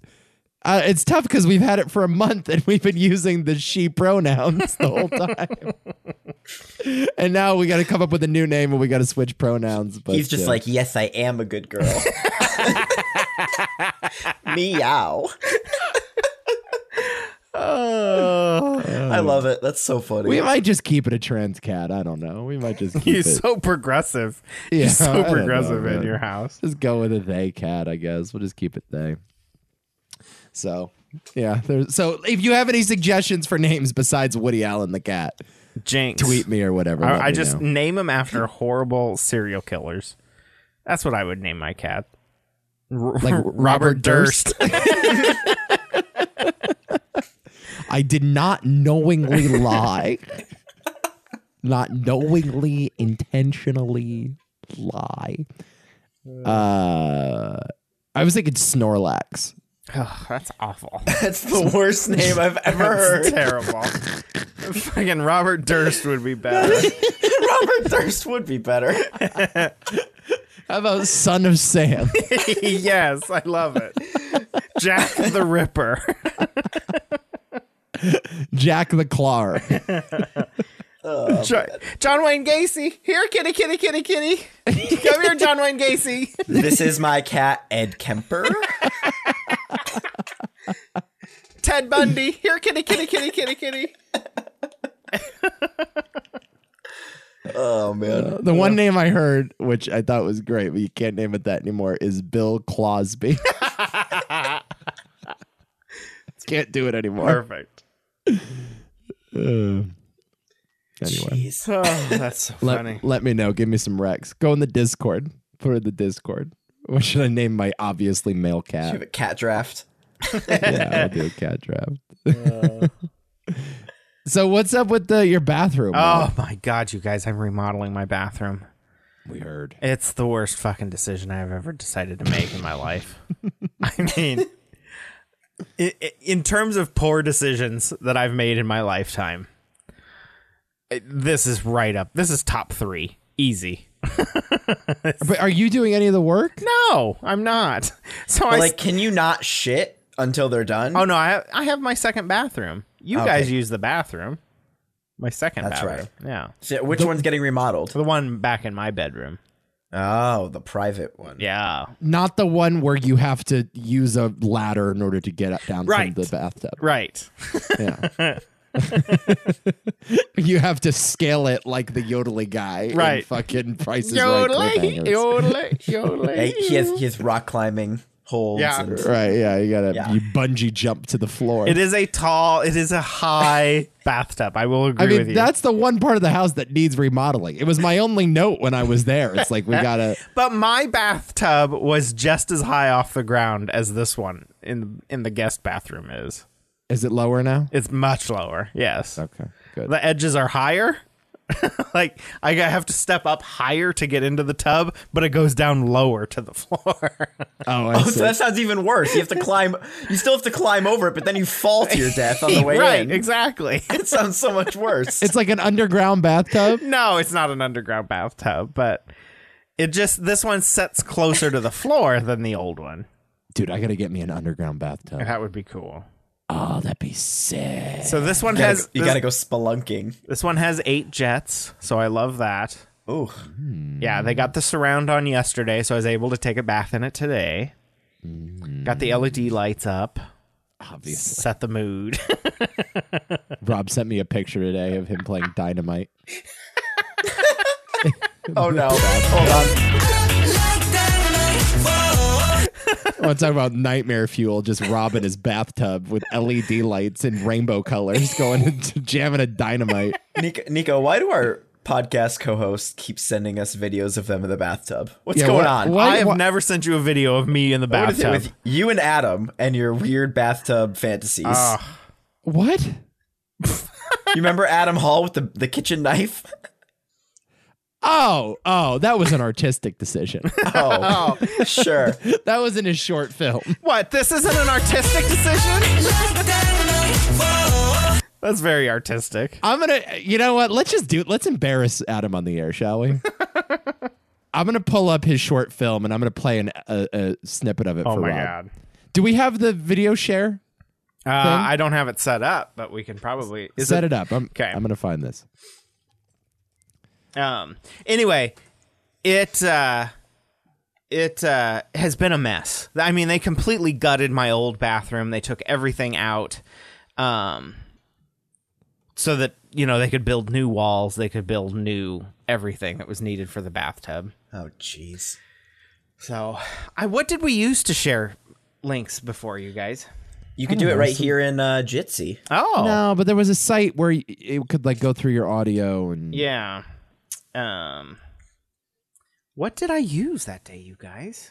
Speaker 3: uh, it's tough because we've had it for a month and we've been using the she pronouns the whole time. and now we got to come up with a new name and we got to switch pronouns. But
Speaker 4: He's just
Speaker 3: yeah.
Speaker 4: like, yes, I am a good girl. Meow. I love it. That's so funny.
Speaker 3: Oh. We might just keep it a trans cat. I don't know. We might just keep
Speaker 2: You're
Speaker 3: it.
Speaker 2: so progressive.
Speaker 3: Yeah,
Speaker 2: You're
Speaker 3: I
Speaker 2: so
Speaker 3: don't know,
Speaker 2: progressive in
Speaker 3: man.
Speaker 2: your house.
Speaker 3: just go with a they cat, I guess. We'll just keep it they. So, yeah. There's, so, if you have any suggestions for names besides Woody Allen the cat,
Speaker 2: Jinx.
Speaker 3: tweet me or whatever. let
Speaker 2: I, I
Speaker 3: me
Speaker 2: just
Speaker 3: know.
Speaker 2: name them after horrible serial killers. That's what I would name my cat. R-
Speaker 3: Like Robert I did not knowingly lie. not knowingly, intentionally lie. Uh, I was thinking Snorlax.
Speaker 2: Ugh, that's awful.
Speaker 4: That's the worst name I've ever
Speaker 2: That's
Speaker 4: heard.
Speaker 2: terrible. Fucking Robert Durst would be better.
Speaker 4: Summer Thirst would be better.
Speaker 3: How about Son of Sam?
Speaker 2: yes, I love it. Jack the Ripper.
Speaker 3: Jack the Clar.
Speaker 2: Jo- John Wayne Gacy. Here, kitty, kitty, kitty, kitty. Come here, John Wayne Gacy.
Speaker 4: this is my cat, Ed Kemper.
Speaker 2: Ted Bundy. Here, kitty, kitty, kitty, kitty, kitty.
Speaker 4: Oh man,
Speaker 3: The one name I heard, which I thought was great, but you can't name it that anymore, is Bill Closby. can't do it anymore.
Speaker 2: Perfect.
Speaker 3: Uh, anyway,
Speaker 4: jeez.
Speaker 2: Oh, that's so funny.
Speaker 3: let, let me know. Give me some Rex. Go in the Discord. Put it in the Discord. What should I name my obviously male
Speaker 4: You have
Speaker 3: cat?
Speaker 4: a cat draft.
Speaker 3: yeah, I'll do a cat draft. so what's up with the your bathroom?
Speaker 2: Oh my god, you guys, I'm remodeling my bathroom.
Speaker 3: we heard.
Speaker 2: It's the worst fucking decision I've ever decided to make in my life. I mean, i- i- in terms of poor decisions that I've made in my lifetime, i- this is right up. This is top three. Easy.
Speaker 3: But are you doing any of the work?
Speaker 2: No, I'm not. So I.
Speaker 4: But,
Speaker 2: s-
Speaker 4: like, can you not shit until they're done?
Speaker 2: oh no, I have, I have my second bathroom. You
Speaker 4: Okay.
Speaker 2: guys use the bathroom. My second
Speaker 4: That's
Speaker 2: bathroom. Yeah.
Speaker 4: So which one's getting remodeled?
Speaker 2: The one back in my bedroom.
Speaker 4: Oh, the private one.
Speaker 2: Yeah.
Speaker 3: Not the one where you have to use a ladder in order to get up down
Speaker 2: Right.
Speaker 3: from the bathtub.
Speaker 2: Right.
Speaker 3: Yeah. you have to scale it like the yodeling guy. in
Speaker 2: Right.
Speaker 3: fucking prices. Right.
Speaker 2: Yodeling,
Speaker 3: cliffhangers.
Speaker 2: yodeling,
Speaker 4: Hey,
Speaker 2: yodeling.
Speaker 4: he has he has rock climbing holes.
Speaker 2: Yeah.
Speaker 4: and-
Speaker 3: Right. Yeah. You gotta
Speaker 4: Yeah.
Speaker 3: you bungee jump to the floor.
Speaker 2: It is a tall, it is a high bathtub. I will agree
Speaker 3: I
Speaker 2: with
Speaker 3: mean,
Speaker 2: you.
Speaker 3: that's the one part of the house that needs remodeling. It was my only note when I was there. It's like we gotta.
Speaker 2: but my bathtub was just as high off the ground as this one in in the guest bathroom is.
Speaker 3: Is it lower now?
Speaker 2: It's much lower. Yes.
Speaker 3: Okay. Good.
Speaker 2: The edges are higher. like I have to step up higher to get into the tub, but it goes down lower to the floor.
Speaker 3: oh, I
Speaker 4: Oh,
Speaker 3: see.
Speaker 4: so that sounds even worse. You have to climb. You still have to climb over it, but then you fall to your death on the way
Speaker 2: right,
Speaker 4: in.
Speaker 2: exactly.
Speaker 4: It sounds so much worse.
Speaker 3: it's like an underground bathtub.
Speaker 2: No, it's not an underground bathtub, but it just this one sets closer to the floor than the old one.
Speaker 3: Dude, I gotta get me an underground bathtub.
Speaker 2: That would be cool.
Speaker 3: Oh, that'd be sick.
Speaker 2: So this one
Speaker 4: You gotta,
Speaker 2: has
Speaker 4: you
Speaker 2: this,
Speaker 4: gotta go spelunking.
Speaker 2: this one has eight jets, so I love that.
Speaker 4: Oh,
Speaker 2: Yeah, they got the surround on yesterday, so I was able to take a bath in it today. Got the LED lights up,
Speaker 3: Obviously.
Speaker 2: set the mood.
Speaker 3: Rob sent me a picture today of him playing dynamite.
Speaker 4: oh no! Hold on.
Speaker 3: I want to talk about nightmare fuel, just Rob in his bathtub with LED lights and rainbow colors going into jamming a dynamite.
Speaker 4: Nico, Nico, why do our podcast co-hosts keep sending us videos of them in the bathtub? What's
Speaker 3: Yeah,
Speaker 4: going
Speaker 3: what-
Speaker 4: on?
Speaker 3: what-
Speaker 2: I have
Speaker 3: wha-
Speaker 2: never sent you a video of me in the
Speaker 4: What is it
Speaker 2: bathtub.
Speaker 4: with you and Adam and your weird bathtub fantasies?
Speaker 2: Ah.
Speaker 3: What?
Speaker 4: you remember Adam Hall with the, the kitchen knife?
Speaker 3: Oh, oh, that was an artistic decision.
Speaker 4: Oh, sure.
Speaker 2: Oh,
Speaker 3: that was in his short film.
Speaker 2: What? This isn't an artistic decision? That's very artistic.
Speaker 3: I'm gonna, you know what? Let's just do. Let's embarrass Adam on the air, shall we? I'm gonna pull up his short film and I'm gonna play an, a, a snippet of it.
Speaker 2: Oh
Speaker 3: for
Speaker 2: my
Speaker 3: Rob.
Speaker 2: god.
Speaker 3: Do we have the video share?
Speaker 2: Uh, I don't have it set up, but we can probably is
Speaker 3: Set it up. I'm,
Speaker 2: Okay.
Speaker 3: I'm gonna find this.
Speaker 2: Um. Anyway, it uh, it uh, has been a mess. I mean, they completely gutted my old bathroom. They took everything out, um, so that you know they could build new walls. They could build new everything that was needed for the bathtub.
Speaker 4: Oh, jeez.
Speaker 2: So, I what did we use to share links before you guys?
Speaker 4: You could do it right here in uh, Jitsi.
Speaker 2: Oh,
Speaker 3: No, but there was a site where y- it could like go through your audio and
Speaker 2: yeah. Um, what did I use that day, you guys?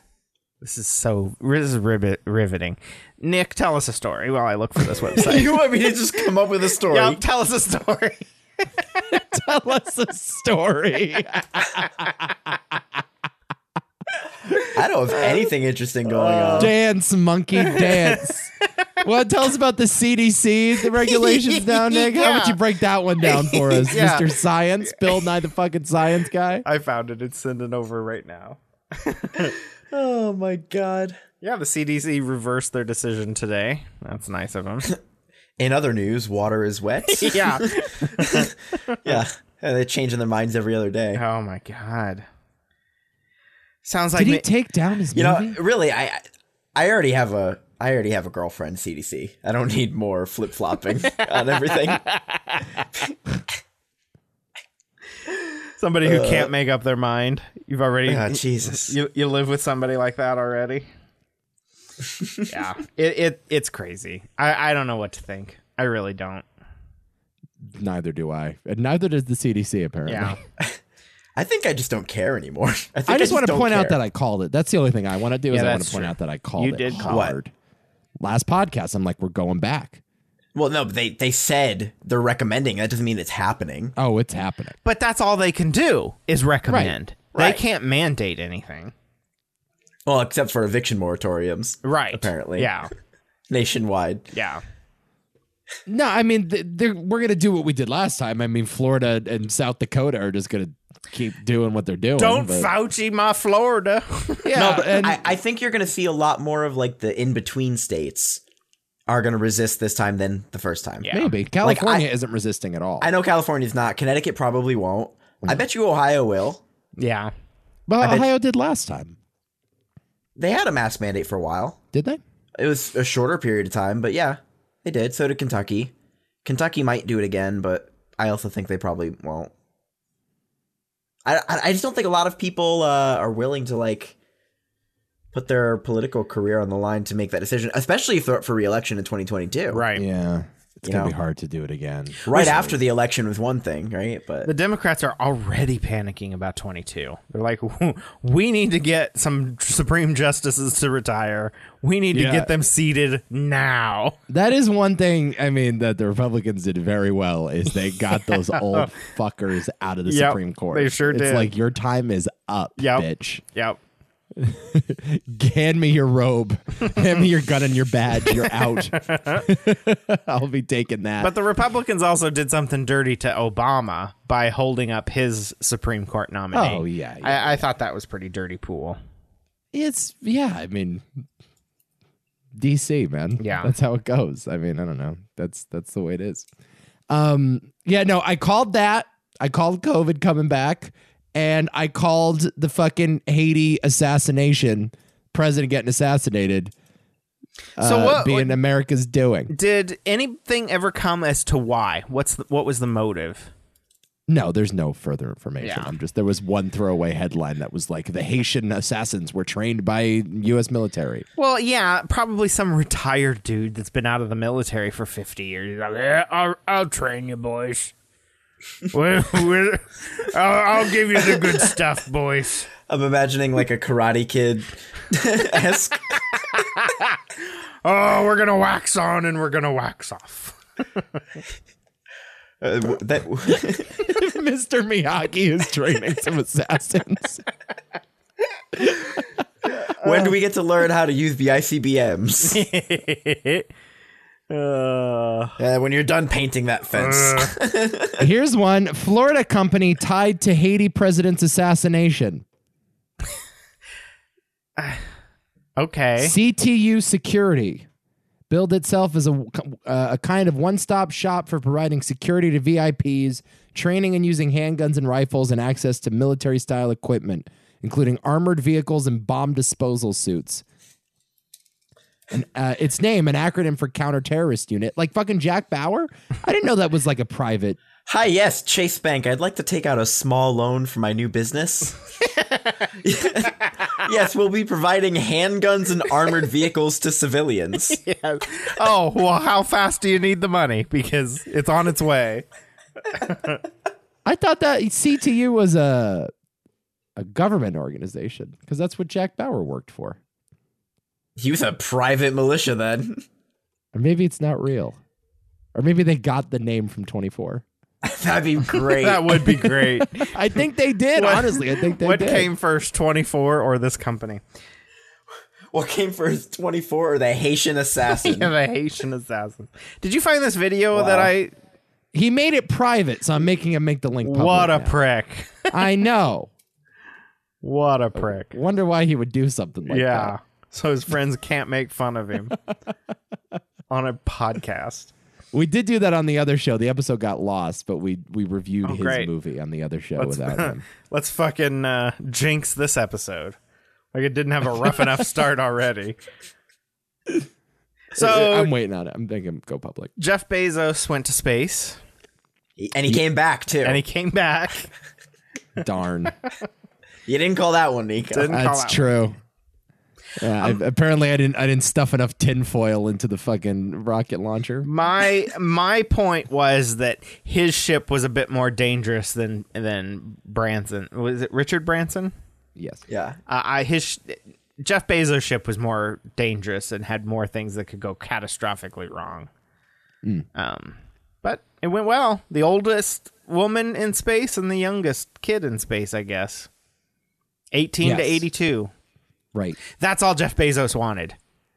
Speaker 2: This is so this is rivet, riveting. Nick, tell us a story while I look for this website.
Speaker 4: You want me to just come up with a story?
Speaker 2: yeah, tell us a story.
Speaker 3: tell us a story.
Speaker 4: I don't have anything interesting going on.
Speaker 3: dance, monkey, dance. Well, tell us about the CDC, the regulations now, Nick. How would
Speaker 2: Yeah.
Speaker 3: you break that one down for us,
Speaker 2: Yeah.
Speaker 3: Mr. Science? Bill Nye, the fucking science guy?
Speaker 2: I found it. It's sending over right now.
Speaker 4: Oh my god.
Speaker 2: Yeah, the CDC reversed their decision today. That's nice of them.
Speaker 4: In other news, water is wet.
Speaker 2: yeah.
Speaker 4: yeah. And they're changing their minds every other day.
Speaker 2: Oh my god. Sounds like
Speaker 3: Did he
Speaker 2: ma-
Speaker 3: take down his
Speaker 4: You
Speaker 3: movie?
Speaker 4: know, really, I I- I already have a I already have a girlfriend, CDC. I don't need more flip flopping on everything.
Speaker 2: somebody who can't make up their mind. You've already
Speaker 4: Ah, Jesus.
Speaker 2: you you live with somebody like that already. yeah, it, it it's crazy. I I don't know what to think. I really don't.
Speaker 3: neither do I. And neither does the CDC, apparently.
Speaker 2: Yeah.
Speaker 4: I think I just don't care anymore. I, think
Speaker 3: I just want to
Speaker 4: don't
Speaker 3: point out
Speaker 4: care.
Speaker 3: that I called it. That's the only thing I want to do is
Speaker 2: Yeah,
Speaker 3: I want to
Speaker 2: that's
Speaker 3: point
Speaker 2: true.
Speaker 3: out that I called
Speaker 2: You
Speaker 3: it
Speaker 2: did call
Speaker 4: it.
Speaker 3: hard. Last podcast, I'm like, we're going back.
Speaker 4: Well, no, but they they said they're recommending. That doesn't mean it's happening.
Speaker 3: Oh, it's happening.
Speaker 2: But that's all they can do is recommend.
Speaker 4: Right.
Speaker 2: They can't mandate anything.
Speaker 4: Well, except for eviction moratoriums,
Speaker 2: Right.
Speaker 4: Apparently,
Speaker 2: Yeah.
Speaker 4: nationwide.
Speaker 2: Yeah.
Speaker 3: No, I mean, th- they're, we're going to do what we did last time. I mean, Florida and South Dakota are just going to keep doing what they're doing.
Speaker 2: Don't
Speaker 3: but-
Speaker 2: Fauci my Florida.
Speaker 3: Yeah,
Speaker 4: No, but
Speaker 3: and-
Speaker 4: I, I think you're going to see a lot more of like the in between states are going to resist this time than the first time.
Speaker 2: Yeah.
Speaker 3: Maybe California isn't resisting at all.
Speaker 4: I know California's not. Connecticut probably won't.
Speaker 2: Mm-hmm.
Speaker 4: I bet you Ohio will.
Speaker 2: yeah.
Speaker 3: but
Speaker 4: bet-
Speaker 3: Ohio did last time,
Speaker 4: They had a mask mandate for a while.
Speaker 3: did they?
Speaker 4: It was a shorter period of time, but yeah, they did. So did Kentucky. Kentucky might do it again, but I also think they probably won't. I I, I just don't think a lot of people uh, are willing to like put their political career on the line to make that decision, especially if they're up for reelection in 2022.
Speaker 2: Right.
Speaker 3: Yeah, it's
Speaker 4: You
Speaker 3: gonna be
Speaker 4: know.
Speaker 3: hard to do it again.
Speaker 4: Right after the election was one thing, right? But
Speaker 2: The Democrats are already panicking about 22. They're like, we need to get some Supreme Justices to retire. We need
Speaker 3: Yeah.
Speaker 2: to get them seated now.
Speaker 3: That is one thing. I mean, that the Republicans did very well is they got those old fuckers out of the
Speaker 2: Yep,
Speaker 3: Supreme Court.
Speaker 2: they sure
Speaker 3: it's
Speaker 2: did.
Speaker 3: like your time is up,
Speaker 2: Yep.
Speaker 3: bitch.
Speaker 2: Yep.
Speaker 3: Hand me your robe. Hand me your gun and your badge. You're out. I'll be taking that.
Speaker 2: But the Republicans also did something dirty to Obama by holding up his Supreme Court nominee.
Speaker 3: Oh, yeah, yeah,
Speaker 2: I, I thought that was pretty dirty pool.
Speaker 3: it's yeah. I mean, DC man.
Speaker 2: Yeah.
Speaker 3: that's how it goes. I mean, I don't know. That's that's the way it is. Um. Yeah. No, I called that. I called COVID coming back, and I called the fucking Haiti assassination, president getting assassinated.
Speaker 2: So
Speaker 3: uh,
Speaker 2: what-
Speaker 3: being America's doing?
Speaker 2: Did anything ever come as to why? What's the, what was the motive?
Speaker 3: No, there's no further information.
Speaker 2: Yeah.
Speaker 3: I'm just there was one throwaway headline that was like the Haitian assassins were trained by U.S. military.
Speaker 2: Well, yeah, probably some retired dude that's been out of the military for 50 years. He's like, yeah, I'll, I'll train you, boys. We'll- we'll- I'll, I'll give you the good stuff, boys.
Speaker 4: I'm imagining like a Karate Kid esque.
Speaker 2: Oh, we're going to wax on and we're going to wax off.
Speaker 4: Uh, w- that
Speaker 3: Mr. Miyagi is training some assassins.
Speaker 4: when do we get to learn how to use the ICBMs? Uh, when you're done painting that fence.
Speaker 2: Uh.
Speaker 3: Here's one Florida company tied to Haiti president's assassination.
Speaker 2: okay.
Speaker 3: CTU Security billed itself as a, uh, a kind of one stop shop for providing security to VIPs, training and using handguns and rifles, and access to military style equipment, including armored vehicles and bomb disposal suits. And, uh, its name, an acronym for counterterrorist unit, like fucking Jack Bauer. I didn't know that was like a private
Speaker 4: Hi, yes, Chase Bank. I'd like to take out a small loan for my new business. yes, we'll be providing handguns and armored vehicles to civilians.
Speaker 2: oh, well, how fast do you need the money? Because it's on its way.
Speaker 3: I thought that CTU was a a government organization because that's what Jack Bauer worked for.
Speaker 4: He was a private militia then.
Speaker 3: Or maybe it's not real. Or maybe they got the name from 24.
Speaker 4: That'd be great.
Speaker 2: That would be great.
Speaker 3: I think they did,
Speaker 2: What-
Speaker 3: honestly. I think they
Speaker 2: what
Speaker 3: did.
Speaker 2: came first, 24 or this company?
Speaker 4: what came first, 24 or the Haitian assassin?
Speaker 2: Yeah, the Haitian assassin. Did you find this video that I?
Speaker 3: He made it private, so I'm making him make the link public.
Speaker 2: What a
Speaker 3: now.
Speaker 2: prick!
Speaker 3: I know.
Speaker 2: What a prick!
Speaker 3: Wonder why he would do something like
Speaker 2: yeah. So his friends can't make fun of him on a podcast.
Speaker 3: that. We did do that on the other show. The episode got lost, but we we reviewed his
Speaker 2: Oh, great.
Speaker 3: movie on the other show
Speaker 2: Let's,
Speaker 3: without him.
Speaker 2: let's fucking uh, jinx this episode. Like it didn't have a rough enough start already. So Oh. Um,
Speaker 3: I'm waiting on it. I'm thinking go public.
Speaker 2: Jeff Bezos went to space
Speaker 4: And he came back too.
Speaker 2: and he came back.
Speaker 3: Darn.
Speaker 4: you didn't call that one, Nico.
Speaker 2: Didn't call
Speaker 3: That's
Speaker 2: out. Um,
Speaker 3: true. Yeah, I, apparently I didn't I didn't stuff enough tinfoil into the fucking rocket launcher.
Speaker 2: My my point was that his ship was a bit more dangerous than than Branson. Was it Richard Branson?
Speaker 3: Yes.
Speaker 4: yeah.
Speaker 2: Uh, I his sh- Jeff Bezos' ship was more dangerous and had more things that could go catastrophically wrong.
Speaker 3: Hmm.
Speaker 2: Um, but it went well. The oldest woman in space and the youngest kid in space, I guess. Eighteen to
Speaker 3: Yes.
Speaker 2: eighty-two.
Speaker 3: Right.
Speaker 2: That's all Jeff Bezos wanted.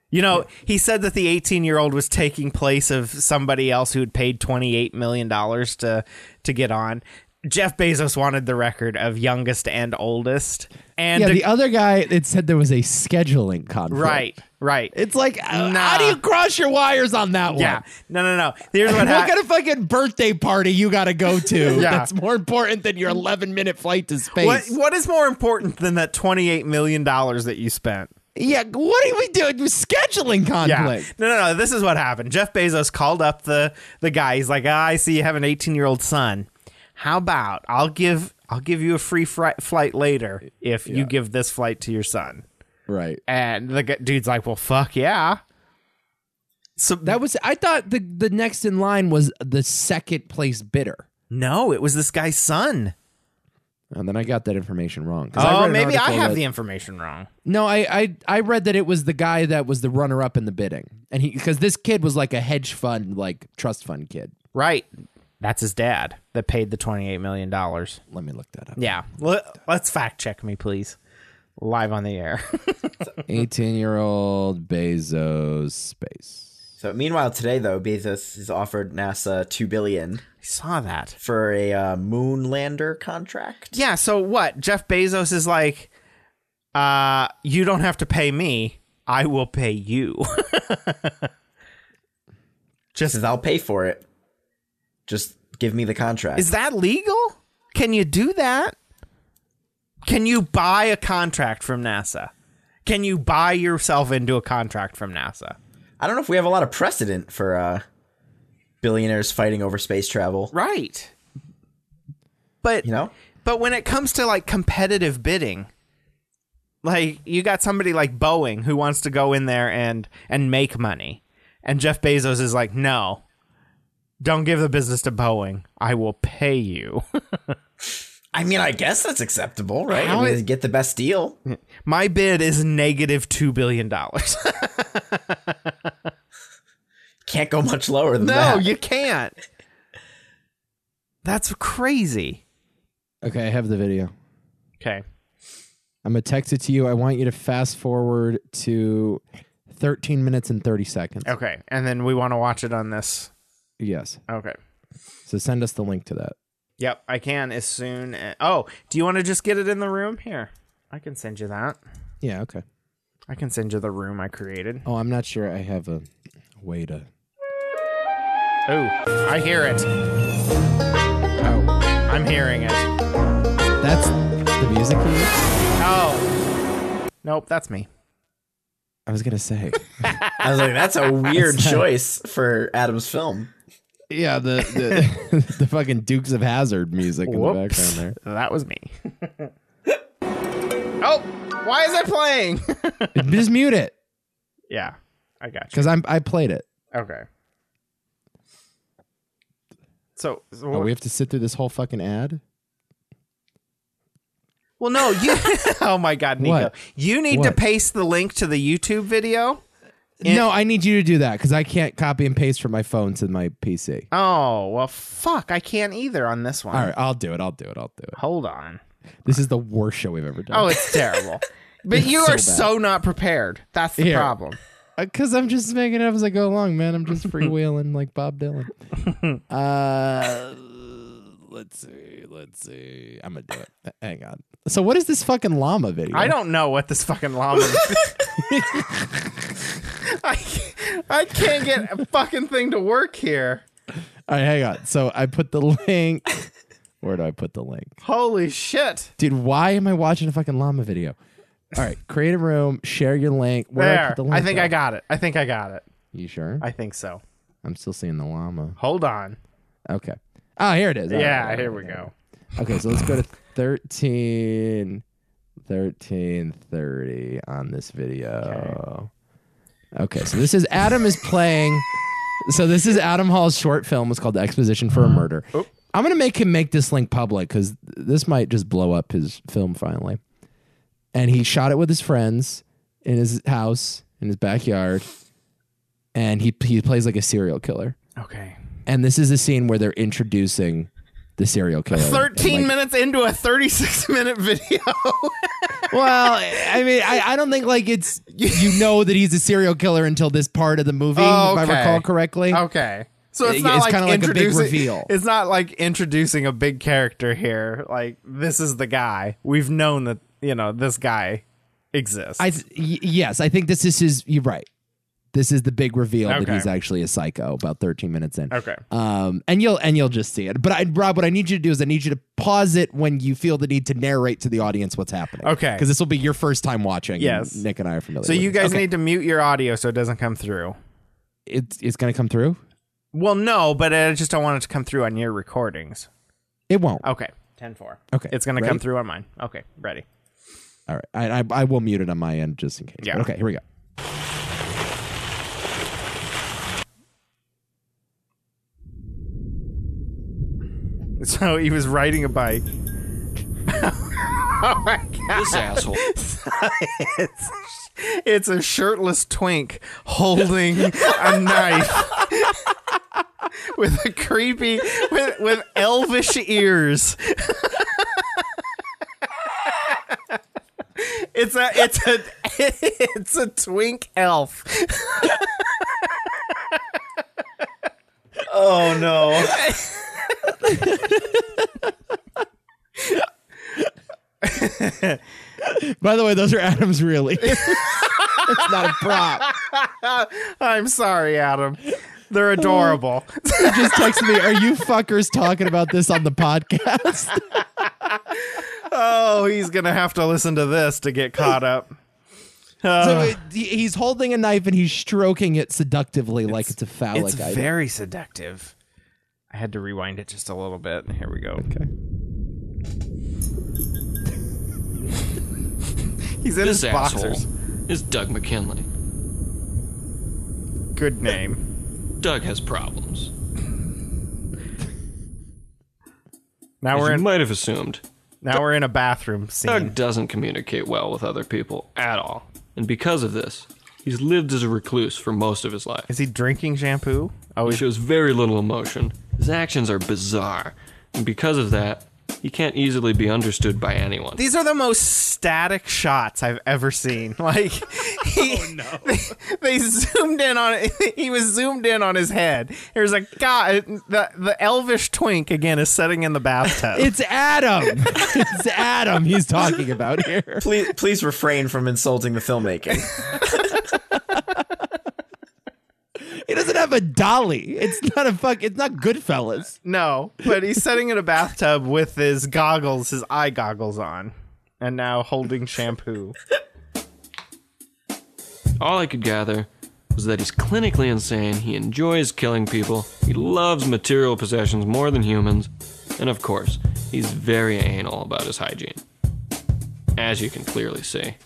Speaker 2: You know, he said that the 18 year old was taking place of somebody else who had paid $28 million to, to get on. Jeff Bezos wanted the record of youngest and oldest. And
Speaker 3: yeah, the other guy it said there was a scheduling conflict.
Speaker 2: right, right.
Speaker 3: It's like uh,
Speaker 2: Nah.
Speaker 3: how do you cross your wires on that one?
Speaker 2: yeah. No, no, no. Here's
Speaker 3: What
Speaker 2: what
Speaker 3: kind
Speaker 2: happened.
Speaker 3: of fucking birthday party you got to go to
Speaker 2: Yeah.
Speaker 3: that's more important than your 11 minute flight to space?
Speaker 2: What, what is more important than that $28 million that you spent?
Speaker 3: Yeah, what are we doing? Scheduling conflict.
Speaker 2: No, no, no. This is what happened. Jeff Bezos called up the the guy. He's like, ah, "I see you have an 18 year old son. How about I'll give I'll give you a free fri- flight later if you give this flight to your son."
Speaker 3: Right.
Speaker 2: And the gu- dude's like, "Well, fuck yeah." So
Speaker 3: That was I thought the the next in line was the second place bidder.
Speaker 2: no, it was this guy's son.
Speaker 3: And then I got that information wrong. 'Cause read
Speaker 2: Oh,
Speaker 3: an
Speaker 2: maybe I
Speaker 3: article
Speaker 2: have
Speaker 3: that-
Speaker 2: the information wrong.
Speaker 3: No, I, I I read that it was the guy that was the runner up in the bidding, and he because this kid was like a hedge fund, like trust fund kid.
Speaker 2: Right. That's his dad that paid the 28 million dollars.
Speaker 3: Let me look that up.
Speaker 2: Yeah. Let- Let's fact check me, please. Live on the air.
Speaker 3: Eighteen year old Bezos space.
Speaker 4: So meanwhile, today though, Bezos has offered NASA two billion
Speaker 2: I saw that.
Speaker 4: for a uh, moon lander contract.
Speaker 2: yeah so what jeff bezos is like uh you don't have to pay me i will pay you
Speaker 4: Says I'll pay for it. Just give me the contract.
Speaker 2: is that legal can you do that can you buy a contract from nasa can you buy yourself into a contract from nasa
Speaker 4: I don't know if we have a lot of precedent for uh, billionaires fighting over space travel.
Speaker 2: right but
Speaker 4: You know,
Speaker 2: But when it comes to like competitive bidding, like you got somebody like Boeing who wants to go in there and and make money, and Jeff Bezos is like, no, don't give the business to Boeing. I will pay you.
Speaker 4: I mean, I guess that's acceptable, right?
Speaker 2: How
Speaker 4: I mean,
Speaker 2: is- Hmm.
Speaker 4: get the best deal.
Speaker 2: My bid is negative two billion dollars.
Speaker 4: Can't go much lower than
Speaker 2: no,
Speaker 4: that.
Speaker 2: you can't. That's crazy.
Speaker 3: Okay, I have the video.
Speaker 2: Okay.
Speaker 3: I'm gonna text it to you. I want you to fast forward to thirteen minutes and thirty seconds.
Speaker 2: Okay. And then we want to watch it on this.
Speaker 3: Yes.
Speaker 2: Okay.
Speaker 3: So send us the link to that.
Speaker 2: Yep, I can as soon as. Oh, do you want to just get it in the room? Here, I can send you that.
Speaker 3: Yeah. Okay.
Speaker 2: I can send you the room I created.
Speaker 3: Oh, I'm not sure I have a way to.
Speaker 2: Oh, I hear it.
Speaker 3: Oh,
Speaker 2: I'm hearing it.
Speaker 3: that's the music. we use?
Speaker 2: Oh. Nope, that's me.
Speaker 3: I was gonna say.
Speaker 4: I was like, that's a weird choice for Adam's film.
Speaker 3: yeah, the the, the fucking Dukes of Hazard music in the
Speaker 2: Whoops.
Speaker 3: background there.
Speaker 2: That was me. oh, why is it playing?
Speaker 3: Just mute it
Speaker 2: yeah, I got you.
Speaker 3: because I'm I played it.
Speaker 2: Okay. So, so
Speaker 3: Oh, we have to sit through this whole fucking ad.
Speaker 2: well, no, you. oh my God, Nico,
Speaker 3: What?
Speaker 2: you need to
Speaker 3: What?
Speaker 2: paste the link to the YouTube video.
Speaker 3: no, I need you to do that because I can't copy and paste from my phone to my PC.
Speaker 2: Oh well, fuck, I can't either on this one.
Speaker 3: All right, I'll do it. I'll do it. I'll do it.
Speaker 2: hold on.
Speaker 3: This is the worst show we've ever done.
Speaker 2: Oh, it's terrible. But you
Speaker 3: so
Speaker 2: are
Speaker 3: bad.
Speaker 2: so not prepared. That's the
Speaker 3: Here.
Speaker 2: problem.
Speaker 3: Because Uh, I'm just making it up as I go along, man. I'm just freewheeling like Bob Dylan. Uh, let's see. Let's see. I'm going to do it. Hang on. So, what is this fucking llama video?
Speaker 2: I don't know what this fucking llama. I, I can't get a fucking thing to work here.
Speaker 3: All right, hang on. So, I put the link. Where do I put the link?
Speaker 2: Holy shit!
Speaker 3: Dude, why am I watching a fucking llama video? All right, create a room, share your link. Where do I,
Speaker 2: There,
Speaker 3: put the
Speaker 2: I
Speaker 3: link
Speaker 2: think
Speaker 3: up?
Speaker 2: I got it. I think I got it.
Speaker 3: You sure?
Speaker 2: I think so.
Speaker 3: I'm still seeing the llama.
Speaker 2: Hold on.
Speaker 3: Okay. Oh, here it is. All right, all
Speaker 2: Yeah,
Speaker 3: right,
Speaker 2: here we
Speaker 3: all right.
Speaker 2: go.
Speaker 3: Okay, so let's go to 13 1330 on this video. Okay. so this is Adam is playing So this is Adam Hall's short film. It's called Exposition for a Murder. I'm going to make him make this link public cuz this might just blow up his film finally. And he shot it with his friends in his house in his backyard and he he plays like a serial killer.
Speaker 2: Okay.
Speaker 3: And this is a scene where they're introducing the serial killer. and,
Speaker 2: Thirteen
Speaker 3: like,
Speaker 2: minutes into a thirty-six minute video.
Speaker 3: Well, I mean, I, I don't think like it's you know that he's a serial killer until this part of the movie,
Speaker 2: Oh,
Speaker 3: if I
Speaker 2: okay. Oh.
Speaker 3: recall correctly.
Speaker 2: okay. So it's
Speaker 3: It-
Speaker 2: not
Speaker 3: it's
Speaker 2: like
Speaker 3: kinda like a big
Speaker 2: introducing-
Speaker 3: reveal.
Speaker 2: It's not like introducing a big character here. Like this is the guy. We've known that you know this guy exists.
Speaker 3: I th- y- yes, I think this is his. You're right. This is the big reveal that
Speaker 2: Okay.
Speaker 3: he's actually a psycho. About 13 minutes in.
Speaker 2: Okay.
Speaker 3: Um, and you'll and you'll just see it. But I, Rob, what I need you to do is I need you to pause it when you feel the need to narrate to the audience what's happening.
Speaker 2: Okay.
Speaker 3: Because this will be your first time watching. and
Speaker 2: Yes.
Speaker 3: Nick and I are familiar.
Speaker 2: so you
Speaker 3: with this.
Speaker 2: guys
Speaker 3: Okay.
Speaker 2: need to mute your audio so it doesn't come through.
Speaker 3: it's it's gonna come through.
Speaker 2: Well, no, but I just don't want it to come through on your recordings.
Speaker 3: It won't.
Speaker 2: Okay. 10 4.
Speaker 3: Okay,
Speaker 2: Oh, It's going to
Speaker 3: ready?
Speaker 2: come through on mine. Okay. Ready.
Speaker 3: All right. I, I I will mute it on my end just in case.
Speaker 2: Yeah.
Speaker 3: But okay. Here we go.
Speaker 2: So he was riding a bike. oh my God.
Speaker 9: This asshole.
Speaker 2: It's, it's a shirtless twink holding a knife with a creepy, with, with elvish ears. It's a it's a it's a twink elf.
Speaker 4: Oh no.
Speaker 3: By the way, those are Adam's really. it's not a prop.
Speaker 2: I'm sorry, Adam. They're adorable.
Speaker 3: He just texted me, "Are you fuckers talking about this on the podcast?"
Speaker 2: Oh, he's gonna have to listen to this to get caught up.
Speaker 3: so it, he- he's holding a knife and he's stroking it seductively, like it's a phallic
Speaker 2: it's
Speaker 3: item.
Speaker 2: very seductive. I had to rewind it just a little bit. Here we go.
Speaker 3: Okay.
Speaker 2: He's in
Speaker 10: This
Speaker 2: his
Speaker 10: asshole
Speaker 2: boxers.
Speaker 10: is Doug McKinley.
Speaker 2: Good name.
Speaker 10: Doug has problems.
Speaker 2: Now
Speaker 10: As
Speaker 2: we're
Speaker 10: you
Speaker 2: in.
Speaker 10: might have assumed,
Speaker 2: now we're in a bathroom scene.
Speaker 10: Doug doesn't communicate well with other people at all. And because of this, he's lived as a recluse for most of his life.
Speaker 2: Is he drinking shampoo? Oh,
Speaker 10: He
Speaker 2: he's,
Speaker 10: shows very little emotion. His actions are bizarre. And because of that, he can't easily be understood by anyone.
Speaker 2: these are the most static shots I've ever seen. Like, he, no. they, they zoomed in on. He was zoomed in on his head. There's a guy. The the elvish twink again is sitting in the bathtub.
Speaker 3: It's Adam. it's Adam. He's talking about here.
Speaker 4: Please please refrain from insulting the filmmaking.
Speaker 3: He doesn't have a dolly. It's not a fuck. It's not Goodfellas.
Speaker 2: No, but he's sitting in a bathtub with his goggles, his eye goggles on, and now holding shampoo.
Speaker 10: All I could gather was that he's clinically insane, he enjoys killing people, he loves material possessions more than humans, and of course, he's very anal about his hygiene. As you can clearly see.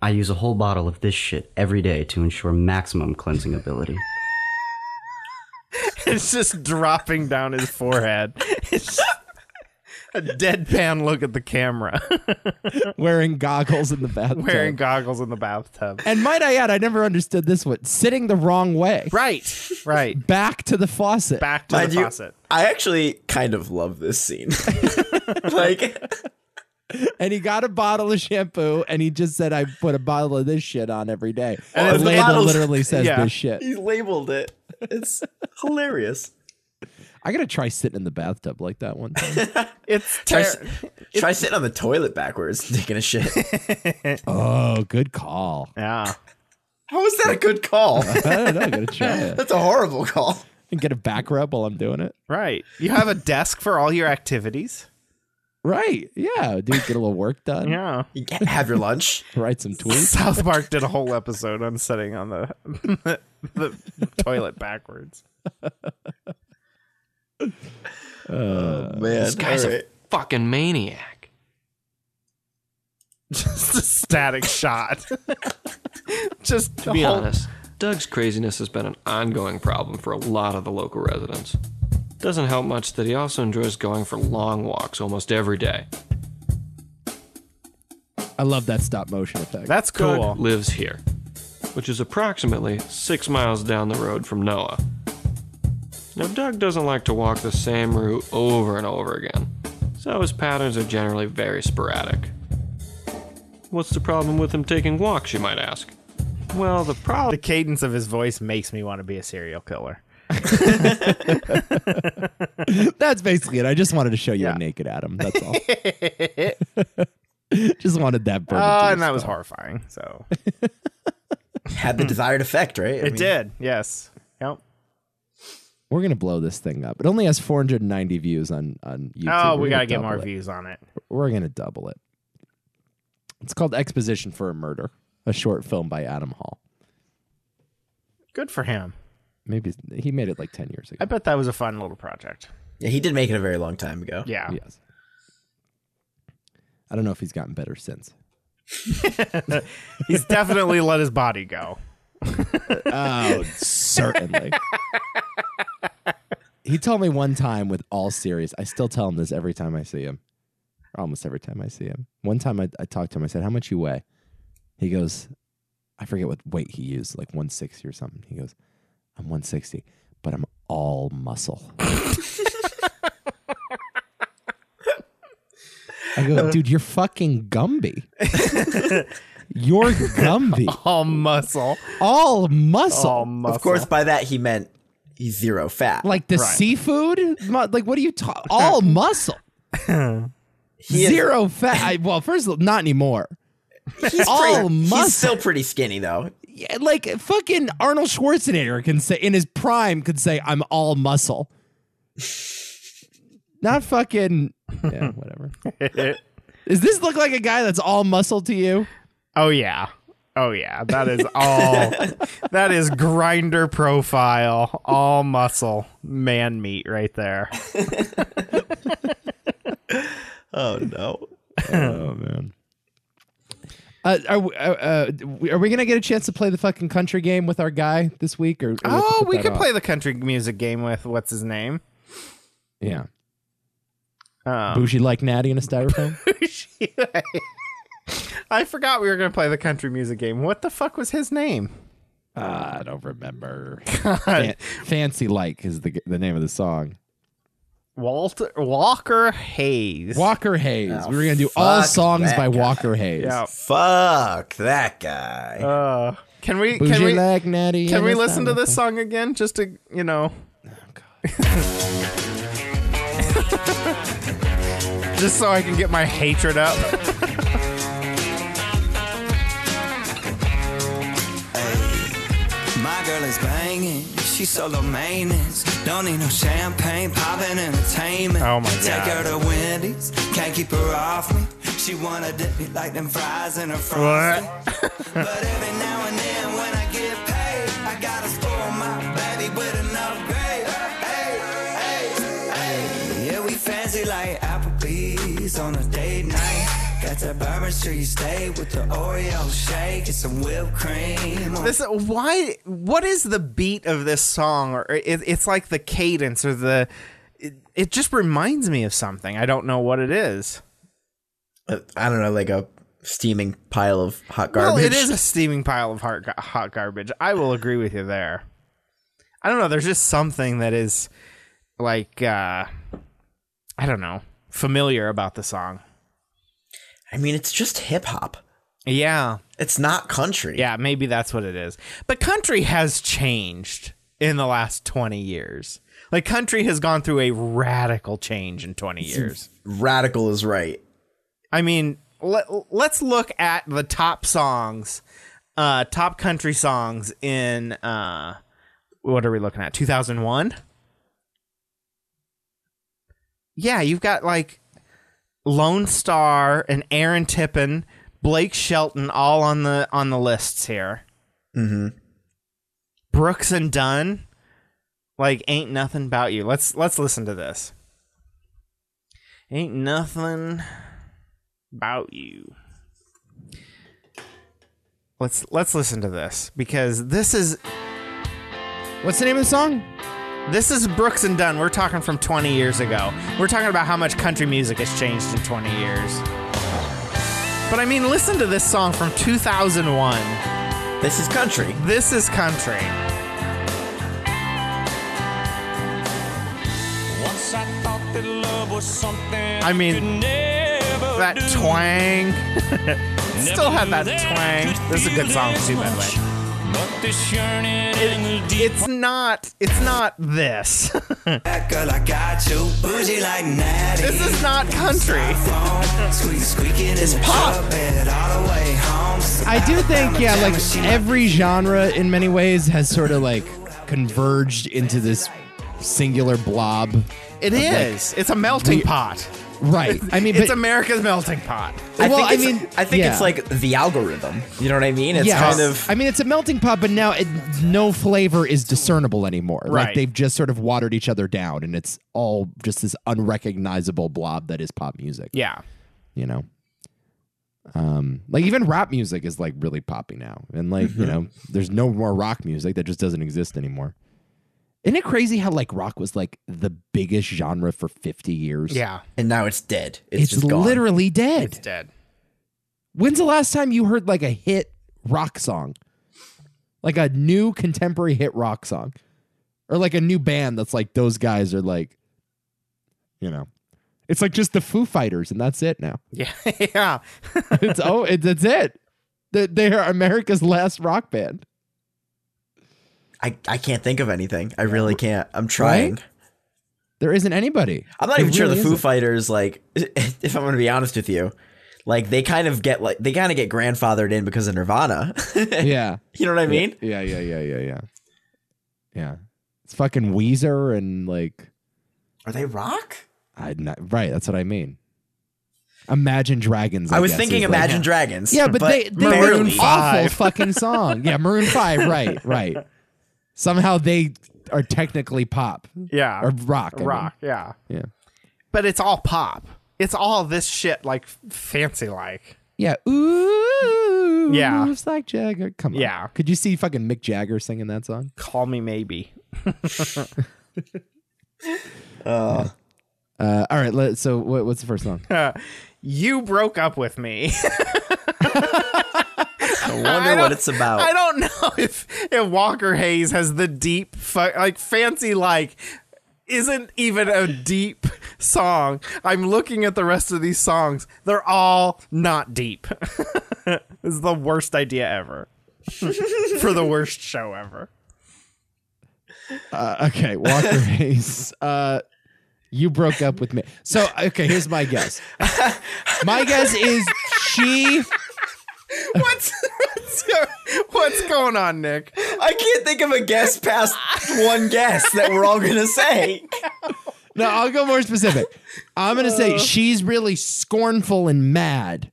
Speaker 11: I use a whole bottle of this shit every day to ensure maximum cleansing ability.
Speaker 2: It's just dropping down his forehead. It's just a deadpan look at the camera,
Speaker 3: Wearing goggles in the bathtub.
Speaker 2: wearing goggles in the bathtub.
Speaker 3: and might I add, I never understood this one. Sitting the wrong way.
Speaker 2: Right, right.
Speaker 3: Back to the faucet.
Speaker 2: Back to
Speaker 4: Mind
Speaker 2: the
Speaker 4: you,
Speaker 2: faucet.
Speaker 4: I actually kind of love this scene. like
Speaker 3: and he got a bottle of shampoo and he just said, I put a bottle of this shit on every day.
Speaker 4: And
Speaker 3: the label literally says this shit.
Speaker 4: He labeled it. It's hilarious.
Speaker 3: I gotta try sitting in the bathtub like that one time.
Speaker 2: It's
Speaker 4: Try, s- try sitting on the toilet backwards, and taking a shit.
Speaker 3: oh, good call.
Speaker 2: Yeah.
Speaker 4: How is that a good call?
Speaker 3: I don't know. I gotta try it.
Speaker 4: That's a horrible call.
Speaker 3: And get a back rub while I'm doing it.
Speaker 2: Right. You have a desk for all your activities.
Speaker 3: Right. Yeah. Dude, get a little work done.
Speaker 2: Yeah.
Speaker 4: You can't Have your lunch.
Speaker 3: Write some tweets.
Speaker 2: South Park did a whole episode on sitting on the the, toilet backwards.
Speaker 10: Oh,
Speaker 4: man.
Speaker 10: This guy's
Speaker 4: All right.
Speaker 10: a fucking maniac.
Speaker 2: Just a static shot. Just
Speaker 10: To be honest, Doug's craziness has been an ongoing problem for a lot of the local residents. Doesn't help much that he also enjoys going for long walks almost every day.
Speaker 3: I love that stop motion effect.
Speaker 2: That's
Speaker 10: Doug lives here, which is approximately six miles down the road from Noah. Now, Doug doesn't like to walk the same route over and over again, so his patterns are generally very sporadic. What's the problem with him taking walks, you might ask? Well, the problem.
Speaker 2: The cadence of his voice makes me want to be a serial killer.
Speaker 3: That's basically it. I just wanted to show you a naked Adam. That's all. just wanted that. burden to
Speaker 2: Uh, and that
Speaker 3: yourself.
Speaker 2: was horrifying. So
Speaker 4: Had the desired effect, right? I
Speaker 2: it
Speaker 4: mean-
Speaker 2: did. Yes. Yep.
Speaker 3: We're gonna blow this thing up. It only has 490 views on on YouTube.
Speaker 2: Oh,
Speaker 3: We're
Speaker 2: we
Speaker 3: gonna
Speaker 2: gotta get
Speaker 3: double
Speaker 2: more
Speaker 3: it.
Speaker 2: views on it.
Speaker 3: We're gonna double it. It's called Exposition for a Murder, a short film by Adam Hall.
Speaker 2: Good for him.
Speaker 3: Maybe he made it like 10 years ago.
Speaker 2: I bet that was a fun little project.
Speaker 4: Yeah, he did make it a very long time ago.
Speaker 2: Yeah.
Speaker 3: Yes. I don't know if he's gotten better since.
Speaker 2: He's definitely let his body go.
Speaker 3: Oh, certainly. he told me one time with all serious, I still tell him this every time I see him, or almost every time I see him. One time I, I talked to him, I said, How much you weigh? He goes, I forget what weight he used, like 160 or something. He goes, I'm 160, but I'm all muscle. I go, dude, you're fucking Gumby. you're Gumby.
Speaker 2: All muscle.
Speaker 3: All muscle.
Speaker 2: All muscle.
Speaker 4: Of course, by that he meant he's zero fat.
Speaker 3: like the
Speaker 2: Right.
Speaker 3: seafood Mu- like what are you talking all muscle
Speaker 4: He is-
Speaker 3: zero fat I, well first of all not anymore
Speaker 4: he's
Speaker 3: all
Speaker 4: pretty,
Speaker 3: muscle.
Speaker 4: He's still pretty skinny though.
Speaker 3: Yeah, like fucking arnold schwarzenegger can say in his prime could say i'm all muscle not fucking yeah whatever does this look like a guy that's all muscle to you
Speaker 2: oh yeah. Oh yeah. That is all that is grinder profile. All muscle. Man meat right there.
Speaker 4: Oh no.
Speaker 3: oh man uh, are, we- uh, uh, are we gonna get a chance to play the fucking country game with our guy this week? Or, or we have to
Speaker 2: Oh,
Speaker 3: put
Speaker 2: we
Speaker 3: that
Speaker 2: could
Speaker 3: off?
Speaker 2: play the country music game with what's his name?
Speaker 3: Yeah,
Speaker 2: Um,
Speaker 3: bougie like Natty in a styrofoam.
Speaker 2: I forgot we were gonna play the country music game. What the fuck was his name?
Speaker 3: Uh, I don't remember. Fan- Fancy Like is the the name of the song.
Speaker 2: Walter Walker Hayes.
Speaker 3: Walker Hayes.
Speaker 4: Oh,
Speaker 3: we were gonna do all
Speaker 4: fuck
Speaker 3: songs
Speaker 4: that
Speaker 3: by
Speaker 4: guy.
Speaker 3: Walker Hayes.
Speaker 2: Yeah.
Speaker 4: Fuck that guy.
Speaker 2: Uh, can we
Speaker 3: Bougie
Speaker 2: can we
Speaker 3: like Natty.
Speaker 2: can
Speaker 3: in
Speaker 2: we
Speaker 3: a
Speaker 2: listen to this
Speaker 3: styrofoam.
Speaker 2: song again just to you know?
Speaker 3: Oh,
Speaker 2: just so I can get my hatred up.
Speaker 7: My girl is banging. She's solo maintenance. Don't need no champagne, poppin' entertainment.
Speaker 2: Oh my
Speaker 7: Take
Speaker 2: God.
Speaker 7: her to Wendy's. Can't keep her off me. She wanna dip me like them fries in her fries.
Speaker 2: What?
Speaker 7: But every now and then when I get paid, I gotta spoil my baby with an upgrade. Hey, hey, hey. Yeah, we fancy like Applebee's on a date night. Got that Bourbon Street steak with the Oreo shake and some whipped cream. on
Speaker 2: This why? What is the beat of this song? Or it, it's like the cadence or the. It, it just reminds me of something. I don't know what it is.
Speaker 4: Uh, I don't know, like a steaming pile of hot garbage.
Speaker 2: Well, it is a steaming pile of hot, hot garbage. I will agree with you there. I don't know. There's just something that is like uh I don't know familiar about the song.
Speaker 4: I mean, it's just hip hop.
Speaker 2: Yeah.
Speaker 4: It's not country.
Speaker 2: Yeah, maybe that's what it is. But country has changed in the last 20 years. Like country has gone through a radical change in 20 years.
Speaker 4: Radical is right.
Speaker 2: I mean, let, let's look at the top songs, uh top country songs in uh what are we looking at? 2001? Yeah, you've got like Lone Star and Aaron Tippin, Blake Shelton all on the on the lists here.
Speaker 4: Mm-hmm.
Speaker 2: Brooks and Dunn, like ain't nothing about you. Let's let's listen to this. Ain't nothing about you. Let's let's listen to this because this is
Speaker 3: What's the name of the song?
Speaker 2: This is Brooks and Dunn. We're talking from 20 years ago. We're talking about how much country music has changed in 20 years. But I mean, listen to this song from 2001.
Speaker 4: This is country.
Speaker 2: This is country.
Speaker 12: Once I thought that love was something
Speaker 2: I mean, that twang. Still had that twang. This is a good song too, by the way. It- it's not. It's not this.
Speaker 7: That girl, I got you. Bougie like natty.
Speaker 2: This is not country.
Speaker 7: it's pop.
Speaker 3: I do think, yeah, like every genre in many ways has sort of like converged into this singular blob.
Speaker 2: It
Speaker 3: of, like,
Speaker 2: is. it's a melting
Speaker 3: we-
Speaker 2: pot.
Speaker 3: Right. I mean,
Speaker 2: it's
Speaker 3: but-
Speaker 2: America's melting pot.
Speaker 4: I
Speaker 3: Well,
Speaker 4: think
Speaker 3: I
Speaker 4: it's-
Speaker 3: mean,
Speaker 4: I think
Speaker 3: yeah.
Speaker 4: it's like the algorithm. You know what I mean? It's
Speaker 3: Yes.
Speaker 4: kind of
Speaker 3: I mean, it's a melting pot, but now it, no flavor is discernible anymore.
Speaker 4: Right.
Speaker 3: Like they've just sort of watered each other down, and it's all just this unrecognizable blob that is pop music.
Speaker 2: Yeah.
Speaker 3: You know, um, like even rap music is like really poppy now, and like you
Speaker 4: Mhm.
Speaker 3: know, there's no more rock music that just doesn't exist anymore. Isn't it crazy how like rock was like the biggest genre for 50 years?
Speaker 4: And now it's dead. It's,
Speaker 3: It's,
Speaker 4: just gone.
Speaker 3: literally dead.
Speaker 2: It's dead.
Speaker 3: When's the last time you heard like a hit rock song? Like a new contemporary hit rock song? Or like a new band that's like those guys are like you know. It's like just the Foo Fighters and that's it now.
Speaker 2: Yeah. yeah.
Speaker 3: it's oh, it, that's it. They, they are America's last rock band.
Speaker 4: I, I can't think of anything. I really can't. I'm trying.
Speaker 3: There isn't anybody.
Speaker 4: I'm not
Speaker 3: There
Speaker 4: even sure the
Speaker 3: really
Speaker 4: Foo
Speaker 3: isn't.
Speaker 4: Fighters, like, if I'm going to be honest with you, like they kind of get like they kind of get grandfathered in because of Nirvana.
Speaker 3: yeah.
Speaker 4: you know what I mean?
Speaker 3: Yeah, yeah, yeah, yeah, yeah. Yeah. It's fucking Weezer and like
Speaker 4: Are they rock?
Speaker 3: I not right. That's what I mean. Imagine Dragons.
Speaker 4: I was
Speaker 3: guess,
Speaker 4: thinking
Speaker 3: is, like-
Speaker 4: Imagine Dragons,
Speaker 3: Yeah, but,
Speaker 4: but
Speaker 3: they they were
Speaker 4: barely.
Speaker 3: an awful
Speaker 4: Five.
Speaker 3: fucking song. Yeah, Maroon Five. Right, right. Somehow they are technically pop.
Speaker 2: Yeah.
Speaker 3: or rock. I mean.
Speaker 2: Rock. Yeah.
Speaker 3: Yeah.
Speaker 2: But it's all pop. It's all this shit like fancy like.
Speaker 3: Yeah. Ooh.
Speaker 2: Yeah.
Speaker 3: It's like Jagger. Come on.
Speaker 2: Yeah.
Speaker 3: Could you see fucking Mick Jagger singing that song?
Speaker 2: Call me maybe.
Speaker 4: Uh,
Speaker 3: Uh, all right. Let, so what, what's the first song?
Speaker 2: you broke up with me.
Speaker 4: I
Speaker 2: I
Speaker 4: wonder
Speaker 2: don't-
Speaker 4: what it's about.
Speaker 2: I don't know if, if Walker Hayes has the deep, fu- like fancy, like isn't even a deep song. I'm looking at the rest of these songs; they're all not deep. this is the worst idea ever for the worst show ever.
Speaker 3: Uh, okay, Walker Hayes. Uh, you broke up with me. So okay, here's my guess. My guess is she.
Speaker 2: What's what's, what's going on, Nick?
Speaker 4: I can't think of a guess past one guess that we're all gonna say.
Speaker 3: No, I'll go more specific. I'm gonna say she's really scornful and mad,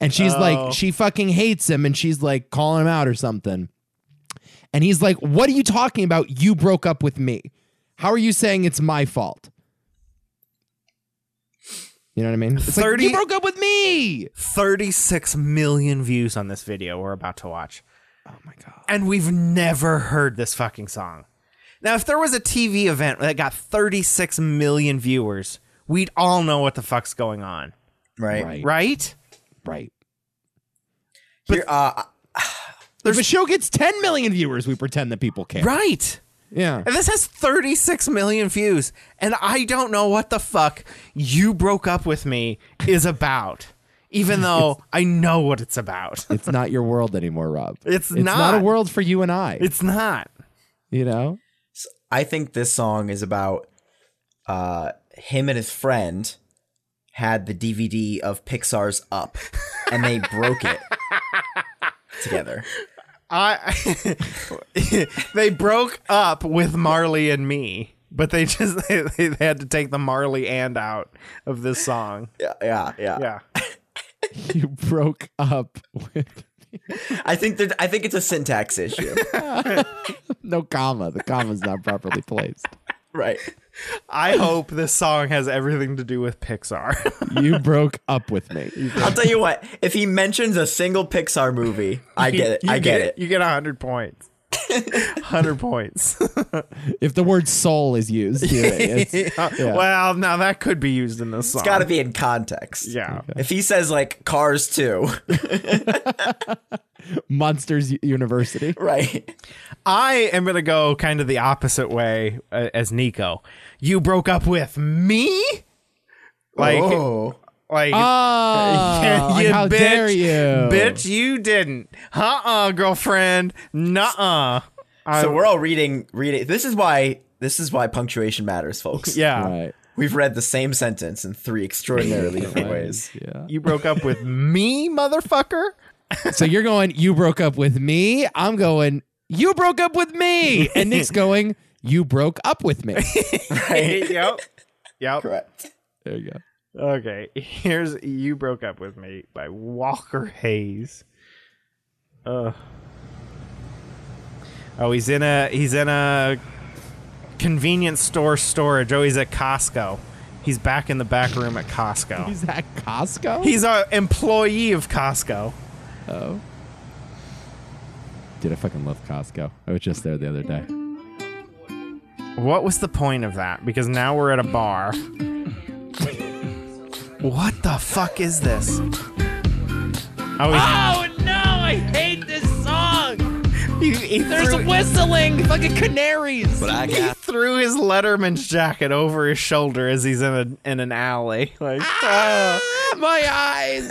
Speaker 3: and she's
Speaker 2: Oh.
Speaker 3: like she fucking hates him, and she's like calling him out or something. And he's like, "What are you talking about? You broke up with me. How are you saying it's my fault?" You know what I mean? It's like,
Speaker 2: 30
Speaker 3: you broke up with me.
Speaker 2: 36 million views on this video we're about to watch.
Speaker 3: Oh my god.
Speaker 2: and we've never heard this fucking song. Now, if there was a TV event that got 36 million viewers, we'd all know what the fuck's going on,
Speaker 4: Right.
Speaker 3: Right.
Speaker 2: right?
Speaker 3: Right.
Speaker 4: Here, uh,
Speaker 3: if a show gets 10 million viewers, we pretend that people care.
Speaker 2: Right.
Speaker 3: Yeah.
Speaker 2: And this has 36 million views, and I don't know what the fuck you broke up with me is about. even though I know what it's about.
Speaker 3: It's not your world anymore, Rob.
Speaker 2: It's
Speaker 3: not a
Speaker 2: not.
Speaker 3: world for you and I.
Speaker 2: It's not.
Speaker 3: You know?
Speaker 4: I think this song is about uh, him and his friend had the DVD of Pixar's Up, and they broke it together.
Speaker 2: I they broke up with Marley and me, but they just they, they had to take the Marley and out of this song.
Speaker 4: Yeah, yeah, yeah.
Speaker 2: yeah.
Speaker 3: You broke up with
Speaker 4: I think that I think it's a syntax issue,
Speaker 3: no comma. The comma's not properly placed.
Speaker 4: right?
Speaker 2: I hope this song has everything to do with Pixar.
Speaker 3: You broke up with me.
Speaker 4: I'll tell you what. If he mentions a single Pixar movie, I get it.
Speaker 2: You
Speaker 4: I get, it.
Speaker 2: You get hundred points. Hundred points.
Speaker 3: If the word soul is used, do it. It's- yeah.
Speaker 2: Well, now that could be used in this song.
Speaker 4: It's got to be in context.
Speaker 2: Yeah.
Speaker 4: If he says like Cars too,
Speaker 3: Monsters U- University.
Speaker 4: right?
Speaker 2: I am going to go kind of the opposite way uh, as Nico. You broke up with me? Like,
Speaker 4: oh,
Speaker 2: like,
Speaker 3: Oh,
Speaker 2: yeah,
Speaker 3: how
Speaker 2: bitch,
Speaker 3: dare you,
Speaker 2: Bitch, you didn't. Uh uh, girlfriend. Nuh uh.
Speaker 4: so we're all reading reading. This is why this is why punctuation matters, folks.
Speaker 2: Yeah.
Speaker 3: Right.
Speaker 4: We've read the same sentence in three extraordinarily different ways.
Speaker 3: Yeah.
Speaker 2: You broke up with me, motherfucker?
Speaker 3: So you're going, you broke up with me. I'm going, you broke up with me. And Nick's going, you broke up with me.
Speaker 4: Right?
Speaker 2: yep. Yep.
Speaker 4: Correct.
Speaker 3: There you go.
Speaker 2: Okay. Here's You Broke Up With Me by Walker Hayes. Ugh. Oh, he's in a he's in a convenience store storage. Oh, he's at Costco. He's back in the back room at Costco.
Speaker 3: He's at Costco?
Speaker 2: He's a employee of Costco.
Speaker 3: oh. Dude, I fucking love Costco. I was just there the other day.
Speaker 2: What was the point of that? Because now we're at a bar. what the fuck is this? Oh,
Speaker 3: Ah!
Speaker 2: he-
Speaker 12: Oh no, I hate this song.
Speaker 2: he, he
Speaker 12: There's
Speaker 2: threw-
Speaker 12: whistling, fucking canaries.
Speaker 7: But I
Speaker 2: he
Speaker 7: got
Speaker 2: threw his Letterman's jacket over his shoulder as he's in a in an alley. Like,
Speaker 3: My eyes.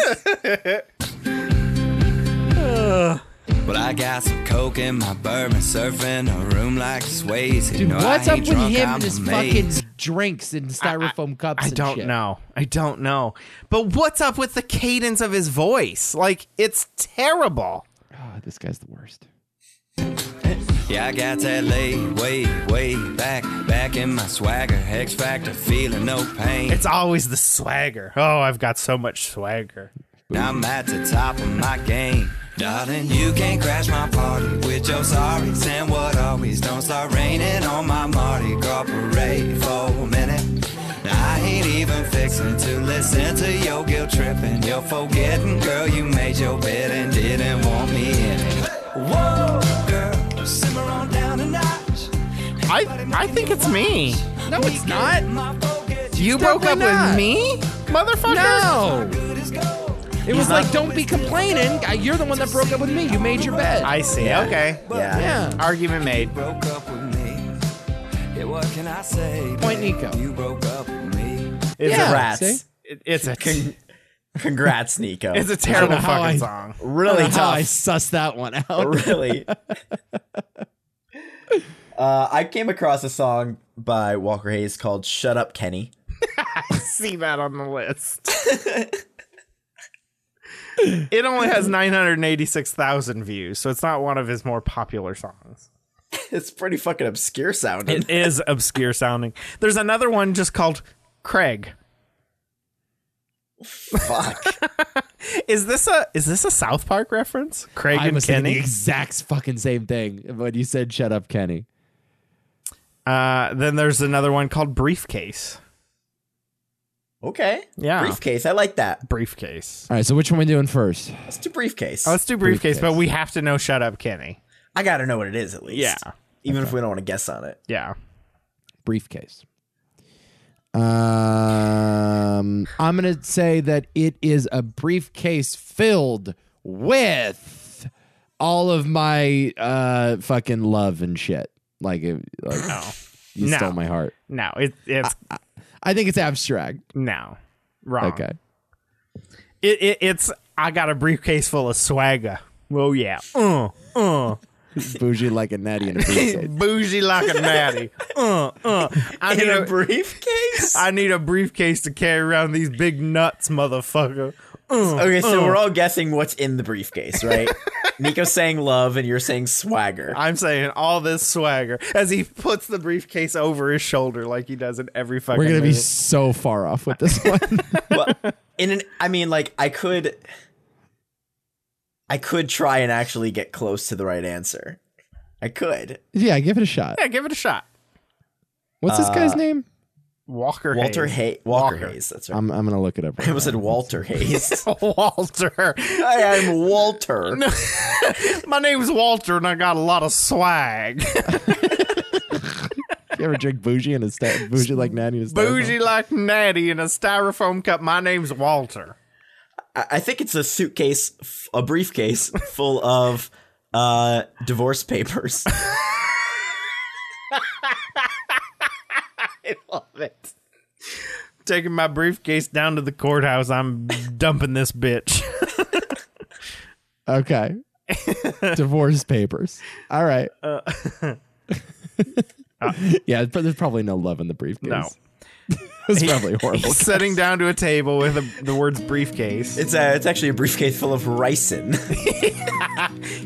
Speaker 7: But I got some coke in my bourbon, surfing a room like this ways. You
Speaker 3: Dude,
Speaker 7: know I
Speaker 3: what's up
Speaker 7: ain't
Speaker 3: with
Speaker 7: drunk,
Speaker 3: him
Speaker 7: I'm
Speaker 3: and his fucking
Speaker 7: amazed.
Speaker 3: drinks and styrofoam cups?
Speaker 2: I
Speaker 3: and
Speaker 2: don't
Speaker 3: shit?
Speaker 2: know. I don't know. But what's up with the cadence of his voice? Like, it's terrible.
Speaker 3: Ah, this guy's the worst.
Speaker 7: Yeah, I got that laid way, way back, back in my swagger, X Factor, feeling no pain.
Speaker 2: It's always the swagger. Oh, I've got so much swagger.
Speaker 7: I'm at the top of my game. Darling, you can't crash my party with your sorries and what always don't start raining on my Mardi Gras parade for a minute. I ain't even fixing to listen to your guilt tripping. You're forgetting, girl, you made your bed and didn't want me in it. Whoa, girl, simmer on down a notch.
Speaker 2: I I think it's me.
Speaker 3: No, it's not.
Speaker 2: You broke up
Speaker 3: not.
Speaker 2: with me, motherfucker.
Speaker 3: No. It was like, don't be complaining. I- You're the one that broke up with me. You made your bed.
Speaker 2: I see. Okay.
Speaker 4: Yeah.
Speaker 3: yeah.
Speaker 2: Argument made.
Speaker 7: Broke up with me. Yeah, what can I say?
Speaker 3: Point
Speaker 7: babe?
Speaker 3: Nico.
Speaker 7: You broke up with me.
Speaker 2: It's
Speaker 3: Yeah,
Speaker 2: a
Speaker 4: Congrats.
Speaker 3: see?
Speaker 2: It, it's a
Speaker 4: Congrats, Nico.
Speaker 2: it's a terrible
Speaker 3: know how
Speaker 2: fucking
Speaker 3: I-
Speaker 2: song.
Speaker 4: really
Speaker 3: How I
Speaker 4: tough.
Speaker 3: sussed that one out.
Speaker 4: really. uh, I came across a song by Walker Hayes called "Shut Up, Kenny."
Speaker 2: see that on the list. it only has 986,000 views, so it's not one of his more popular songs.
Speaker 4: It's pretty fucking obscure sounding.
Speaker 2: It is obscure sounding. There's another one just called Craig.
Speaker 4: Fuck.
Speaker 2: Is this a is this a South Park reference? Craig
Speaker 3: I
Speaker 2: and
Speaker 3: was thinking
Speaker 2: Kenny.
Speaker 3: the exact fucking same thing when you said "shut up, Kenny."
Speaker 2: uh, then there's another one called Briefcase.
Speaker 4: Okay.
Speaker 2: Yeah.
Speaker 4: Briefcase. I like that.
Speaker 2: Briefcase.
Speaker 3: All right, so which one we doing first?
Speaker 4: Let's do briefcase.
Speaker 2: Oh, let's do briefcase,
Speaker 3: Briefcase.
Speaker 2: but we have to know Shut Up Kenny.
Speaker 4: I gotta know what it is at least.
Speaker 2: Yeah.
Speaker 4: Even if we don't want to guess on it.
Speaker 2: Yeah.
Speaker 3: Briefcase. Um, I'm gonna say that it is a briefcase filled with all of my uh fucking love and shit. Like, it, like you
Speaker 2: No.
Speaker 3: stole my heart.
Speaker 2: No, it, it's
Speaker 3: I think it's abstract.
Speaker 2: no. Wrong.
Speaker 3: Okay.
Speaker 2: It, it, it's I got a briefcase full of swagger. Oh yeah. Uh, uh.
Speaker 3: Bougie like a natty in a briefcase.
Speaker 2: Bougie like a natty. Uh, uh. I
Speaker 4: In
Speaker 2: need
Speaker 4: a
Speaker 2: briefcase. I need a briefcase to carry around these big nuts, motherfucker. Uh,
Speaker 4: Okay, so
Speaker 2: uh.
Speaker 4: we're all guessing what's in the briefcase, right? Nico's saying love, and you're saying swagger.
Speaker 2: I'm saying all this swagger as he puts the briefcase over his shoulder like he does in every fucking.
Speaker 3: We're gonna be
Speaker 2: movie.
Speaker 3: so far off with this one.
Speaker 4: In an, I mean, like I could, I could try and actually get close to the right answer. I could.
Speaker 3: yeah, give it a shot.
Speaker 2: Yeah, give it a shot.
Speaker 3: What's this guy's
Speaker 4: Uh,
Speaker 3: name?
Speaker 2: Walker.
Speaker 4: Walter
Speaker 2: Hayes.
Speaker 4: Hay- Walker, Hayes. That's right.
Speaker 3: I'm I'm gonna look it up.
Speaker 4: I almost said Walter Hayes.
Speaker 2: Walter.
Speaker 4: I am Walter.
Speaker 2: My name's Walter, and I got a lot of swag.
Speaker 3: you ever drink bougie and a sta- bougie like natty? And a
Speaker 2: Bougie like natty in a styrofoam cup. My name's Walter.
Speaker 4: I I think it's a suitcase, f- a briefcase full of uh divorce papers.
Speaker 2: I love it. Taking my briefcase down to the courthouse. I'm dumping this bitch.
Speaker 3: Okay. Divorce papers. All right.
Speaker 2: Uh,
Speaker 3: yeah, but there's probably no love in the briefcase.
Speaker 2: No.
Speaker 3: it's probably horrible.
Speaker 2: sitting down to a table with a, the words briefcase.
Speaker 4: It's a, it's actually a briefcase full of ricin.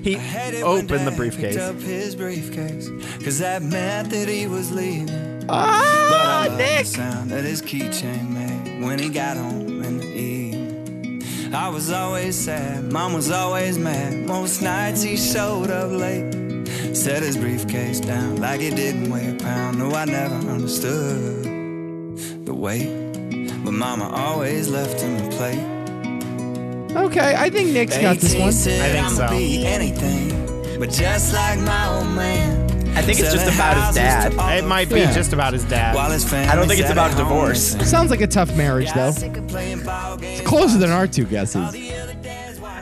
Speaker 2: He opened the briefcase.
Speaker 7: Picked up his briefcase, cause that meant that he was leaving.
Speaker 2: Ah,
Speaker 7: but I Nick! The sound that his keychain made when he got home in the evening. I was always sad, mom was always mad. Most nights he showed up late, set his briefcase down like it didn't weigh a pound. No, I never understood the weight, but mama always left him a plate.
Speaker 3: Okay, I think Nick's got this one.
Speaker 7: 18 said I'ma Be anything, but just like my old man.
Speaker 4: I think it's just about his dad.
Speaker 2: It might be
Speaker 3: Yeah.
Speaker 2: just about his dad.
Speaker 7: While his family
Speaker 4: I don't think it's
Speaker 7: sat
Speaker 4: about
Speaker 7: at home
Speaker 4: divorce.
Speaker 3: Sounds like a tough marriage, though. It's closer than our two guesses.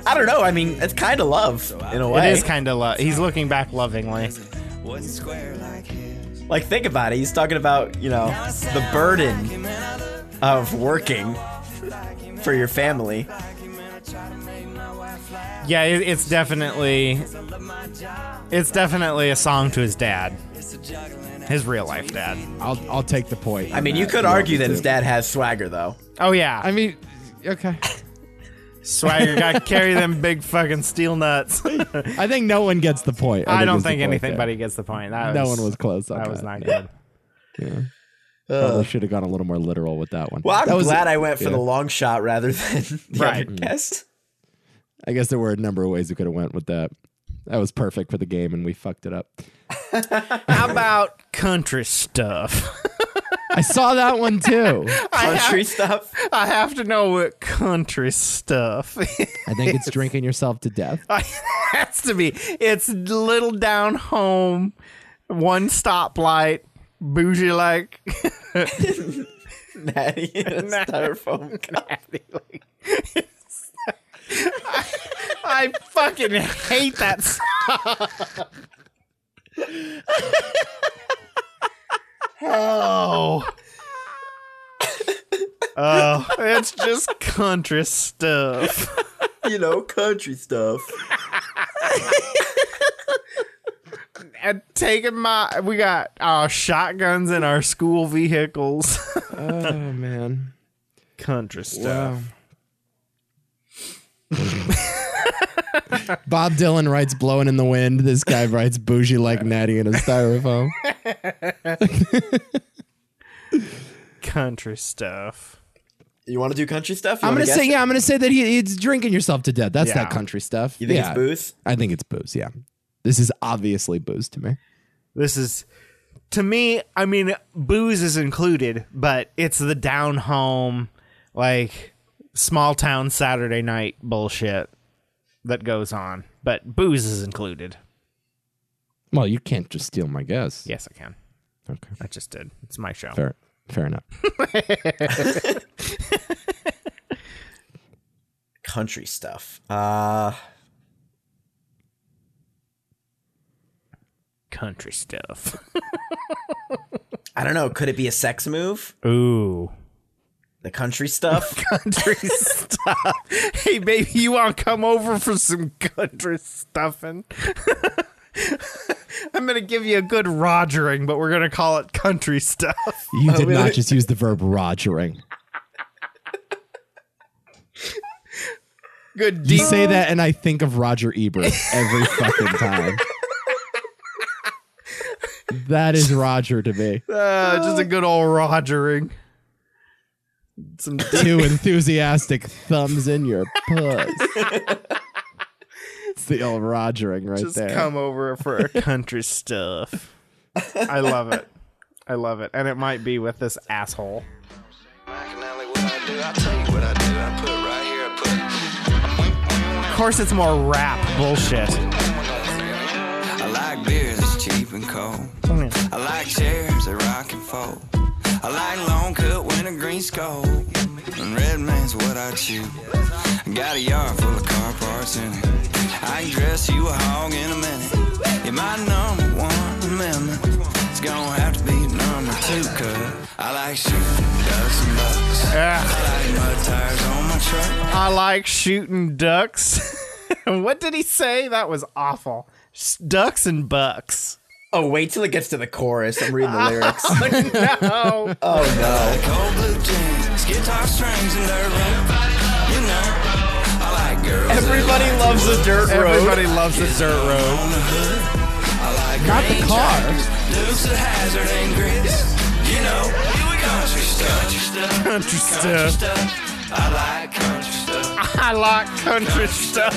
Speaker 4: I don't know. I mean, it's kind of love in a way.
Speaker 2: It is kind of love. He's looking back lovingly.
Speaker 7: Wasn't square like his.
Speaker 4: like, think about it. He's talking about you know the burden of working for your family.
Speaker 2: Yeah, it, it's definitely it's definitely a song to his dad. His real life dad.
Speaker 3: I'll I'll take the point.
Speaker 4: I mean, you could argue that his dad has swagger, though.
Speaker 2: Oh yeah.
Speaker 3: I mean, okay.
Speaker 2: Swagger got carry them big fucking steel nuts.
Speaker 3: I think no one gets the point.
Speaker 2: I don't
Speaker 3: is the
Speaker 2: think
Speaker 3: point
Speaker 2: anything
Speaker 3: there.
Speaker 2: but he gets the point. That
Speaker 3: No
Speaker 2: was,
Speaker 3: one was close. on
Speaker 2: That was not
Speaker 3: Yeah.
Speaker 2: good.
Speaker 3: Yeah. Probably should have gone a little more literal with that one.
Speaker 4: Well, I'm
Speaker 3: That was-
Speaker 4: glad I went for
Speaker 3: yeah.
Speaker 4: the long shot rather than the
Speaker 2: Right.
Speaker 4: other guess.
Speaker 3: I guess there were a number of ways we could have went with that. That was perfect for the game, and we fucked it up.
Speaker 2: How about country stuff?
Speaker 3: I saw that one too.
Speaker 4: Country stuff.
Speaker 2: I have to know what country stuff
Speaker 3: I think it's drinking yourself to death.
Speaker 2: has to be. It's little down home, one stoplight, bougie like
Speaker 4: Natty in a styrofoam cup.
Speaker 2: I fucking hate that song. oh. Oh, it's just country stuff.
Speaker 4: You know, country stuff.
Speaker 2: And taking my, we got our shotguns in our school vehicles.
Speaker 3: Oh man.
Speaker 2: country stuff.
Speaker 3: Bob Dylan writes "Blowing in the Wind." This guy writes "Bougie like Natty in a styrofoam."
Speaker 2: Country stuff.
Speaker 4: You want to do country stuff? You
Speaker 3: I'm
Speaker 4: wanna
Speaker 3: gonna
Speaker 4: guess
Speaker 3: say,
Speaker 4: it?
Speaker 3: yeah, I'm gonna say that he, he's drinking yourself to death. That's
Speaker 2: Yeah.
Speaker 3: that country stuff.
Speaker 4: You think
Speaker 3: Yeah.
Speaker 4: it's booze?
Speaker 3: I think it's booze. Yeah, this is obviously booze to me.
Speaker 2: This is, to me, I mean, booze is included, but it's the down home, like, small town Saturday night bullshit that goes on. But booze is included.
Speaker 3: Well, you can't just steal my guess.
Speaker 2: Yes, I can.
Speaker 3: Okay.
Speaker 2: I just did. It's my show.
Speaker 3: Fair. Fair enough.
Speaker 4: Country stuff. Uh,
Speaker 2: Country stuff.
Speaker 4: I don't know. Could it be a sex move?
Speaker 2: Ooh.
Speaker 4: The country stuff.
Speaker 2: country stuff. Hey, baby, you want to come over for some country stuffing? I'm going to give you a good rogering, but we're going to call it country stuff.
Speaker 3: You did not just use the verb rogering.
Speaker 2: Good
Speaker 3: You
Speaker 2: deed.
Speaker 3: say that, and I think of Roger Ebert every fucking time. that is Roger to me.
Speaker 2: Uh, just a good old rogering. Some
Speaker 3: Two enthusiastic thumbs in your puss. it's the old Rogering right
Speaker 2: just
Speaker 3: there.
Speaker 2: come over for our country stuff. I love it. I love it. And it might be with this asshole. Of course, it's more rap bullshit.
Speaker 7: I like beers that's cheap and cold. I like chairs that rock and fold. I like long cut wintergreen skull. And red man's what I chew. I got a yard full of car parts in it. I can dress you a hog in a minute. You're my number one amendment. It's gonna have to be number two, cuz I like shooting ducks and bucks. I like mud tires on my truck.
Speaker 2: I like shooting ducks. what did he say? That was awful. S- Ducks and bucks.
Speaker 4: Oh, wait till it gets to the chorus. I'm reading the lyrics.
Speaker 2: no.
Speaker 4: Oh no.
Speaker 7: Cold blue jeans, guitar strings, and dirt road. You know, I like girls. that
Speaker 4: Everybody
Speaker 7: like to
Speaker 4: loves a
Speaker 7: work.
Speaker 4: dirt road.
Speaker 2: Everybody loves a dirt
Speaker 7: On
Speaker 2: road.
Speaker 7: the hood, I like
Speaker 3: Not the
Speaker 7: green
Speaker 3: car.
Speaker 7: tractors, loops of hazard and grits. You know, country stuff. Country
Speaker 2: Country
Speaker 7: stuff.
Speaker 2: stuff.
Speaker 7: I like country stuff.
Speaker 2: I like country stuff.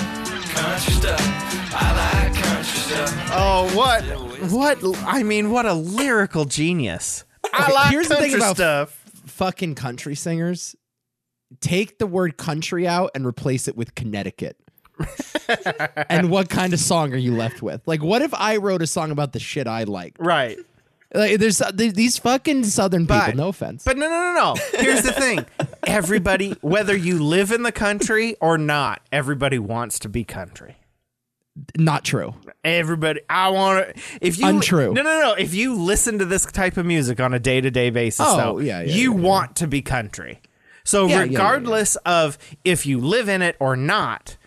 Speaker 7: Country stuff. I like country stuff.
Speaker 2: Oh, what? What? I mean, what a lyrical genius. I
Speaker 3: Okay,
Speaker 2: like
Speaker 3: here's the
Speaker 2: country
Speaker 3: thing about-
Speaker 2: stuff.
Speaker 3: Fucking country singers. Take the word country out and replace it with Connecticut. and what kind of song are you left with? Like, what if I wrote a song about the shit I liked?
Speaker 2: Right.
Speaker 3: Like, there's uh, th- these fucking southern people.
Speaker 2: But-
Speaker 3: no offense.
Speaker 2: But no, no, no, no. Here's the thing. Everybody, whether you live in the country or not, everybody wants to be country.
Speaker 3: Not true.
Speaker 2: Everybody, I want to. If you
Speaker 3: Untrue.
Speaker 2: no, no, no. If you listen to this type of music on a day to day basis,
Speaker 3: Oh,
Speaker 2: though,
Speaker 3: yeah, yeah,
Speaker 2: you
Speaker 3: yeah, yeah.
Speaker 2: want to be country. So
Speaker 3: Yeah, yeah, yeah, yeah.
Speaker 2: regardless of if you live in it or not,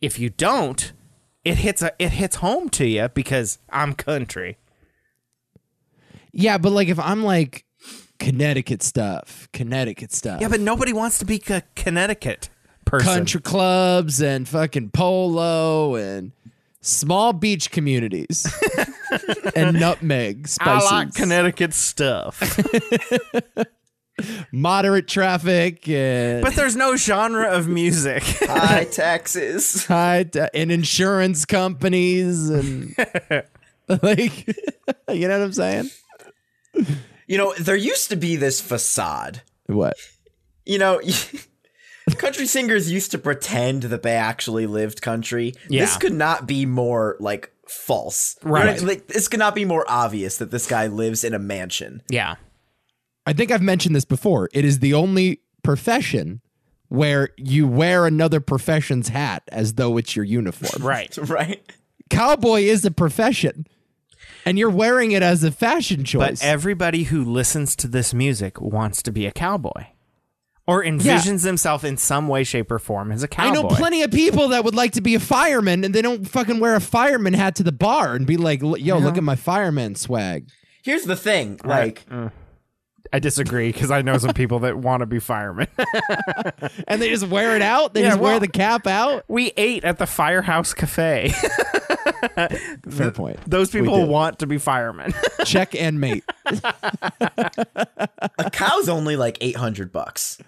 Speaker 2: if you don't, it hits a it hits home to you because I'm country.
Speaker 3: Yeah, but like if I'm like Connecticut stuff, Connecticut stuff.
Speaker 2: Yeah, but nobody wants to be a Connecticut person.
Speaker 3: country clubs and fucking polo and small beach communities and nutmeg spices.
Speaker 2: I like Connecticut stuff.
Speaker 3: moderate traffic and
Speaker 2: but there's no genre of music.
Speaker 4: High taxes.
Speaker 3: high t- and insurance companies and like you know what I'm saying?
Speaker 4: You know, there used to be this facade.
Speaker 3: What?
Speaker 4: You know, country singers used to pretend that they actually lived country. This
Speaker 2: Yeah.
Speaker 4: could not be more like false. You know,
Speaker 2: Right.
Speaker 4: Like this could not be more obvious that this guy lives in a mansion.
Speaker 2: yeah.
Speaker 3: I think I've mentioned this before. It is the only profession where you wear another profession's hat as though it's your uniform.
Speaker 2: Right.
Speaker 4: Right?
Speaker 3: Cowboy is a profession, and you're wearing it as a fashion choice.
Speaker 2: But everybody who listens to this music wants to be a cowboy or envisions themselves in some way, shape, or form as a cowboy.
Speaker 3: I know plenty of people that would like to be a fireman, and they don't fucking wear a fireman hat to the bar and be like, "Yo, look at my fireman swag."
Speaker 4: Here's the thing, like
Speaker 2: Mm. I disagree because I know some people that want to be firemen.
Speaker 3: And they just wear it out. They
Speaker 2: Yeah,
Speaker 3: just wear
Speaker 2: well-
Speaker 3: the cap out.
Speaker 2: we ate at the Firehouse Cafe.
Speaker 3: Fair point.
Speaker 2: Those
Speaker 3: We
Speaker 2: people
Speaker 3: did.
Speaker 2: want to be firemen.
Speaker 3: check and mate.
Speaker 4: a cow's only like 800 bucks.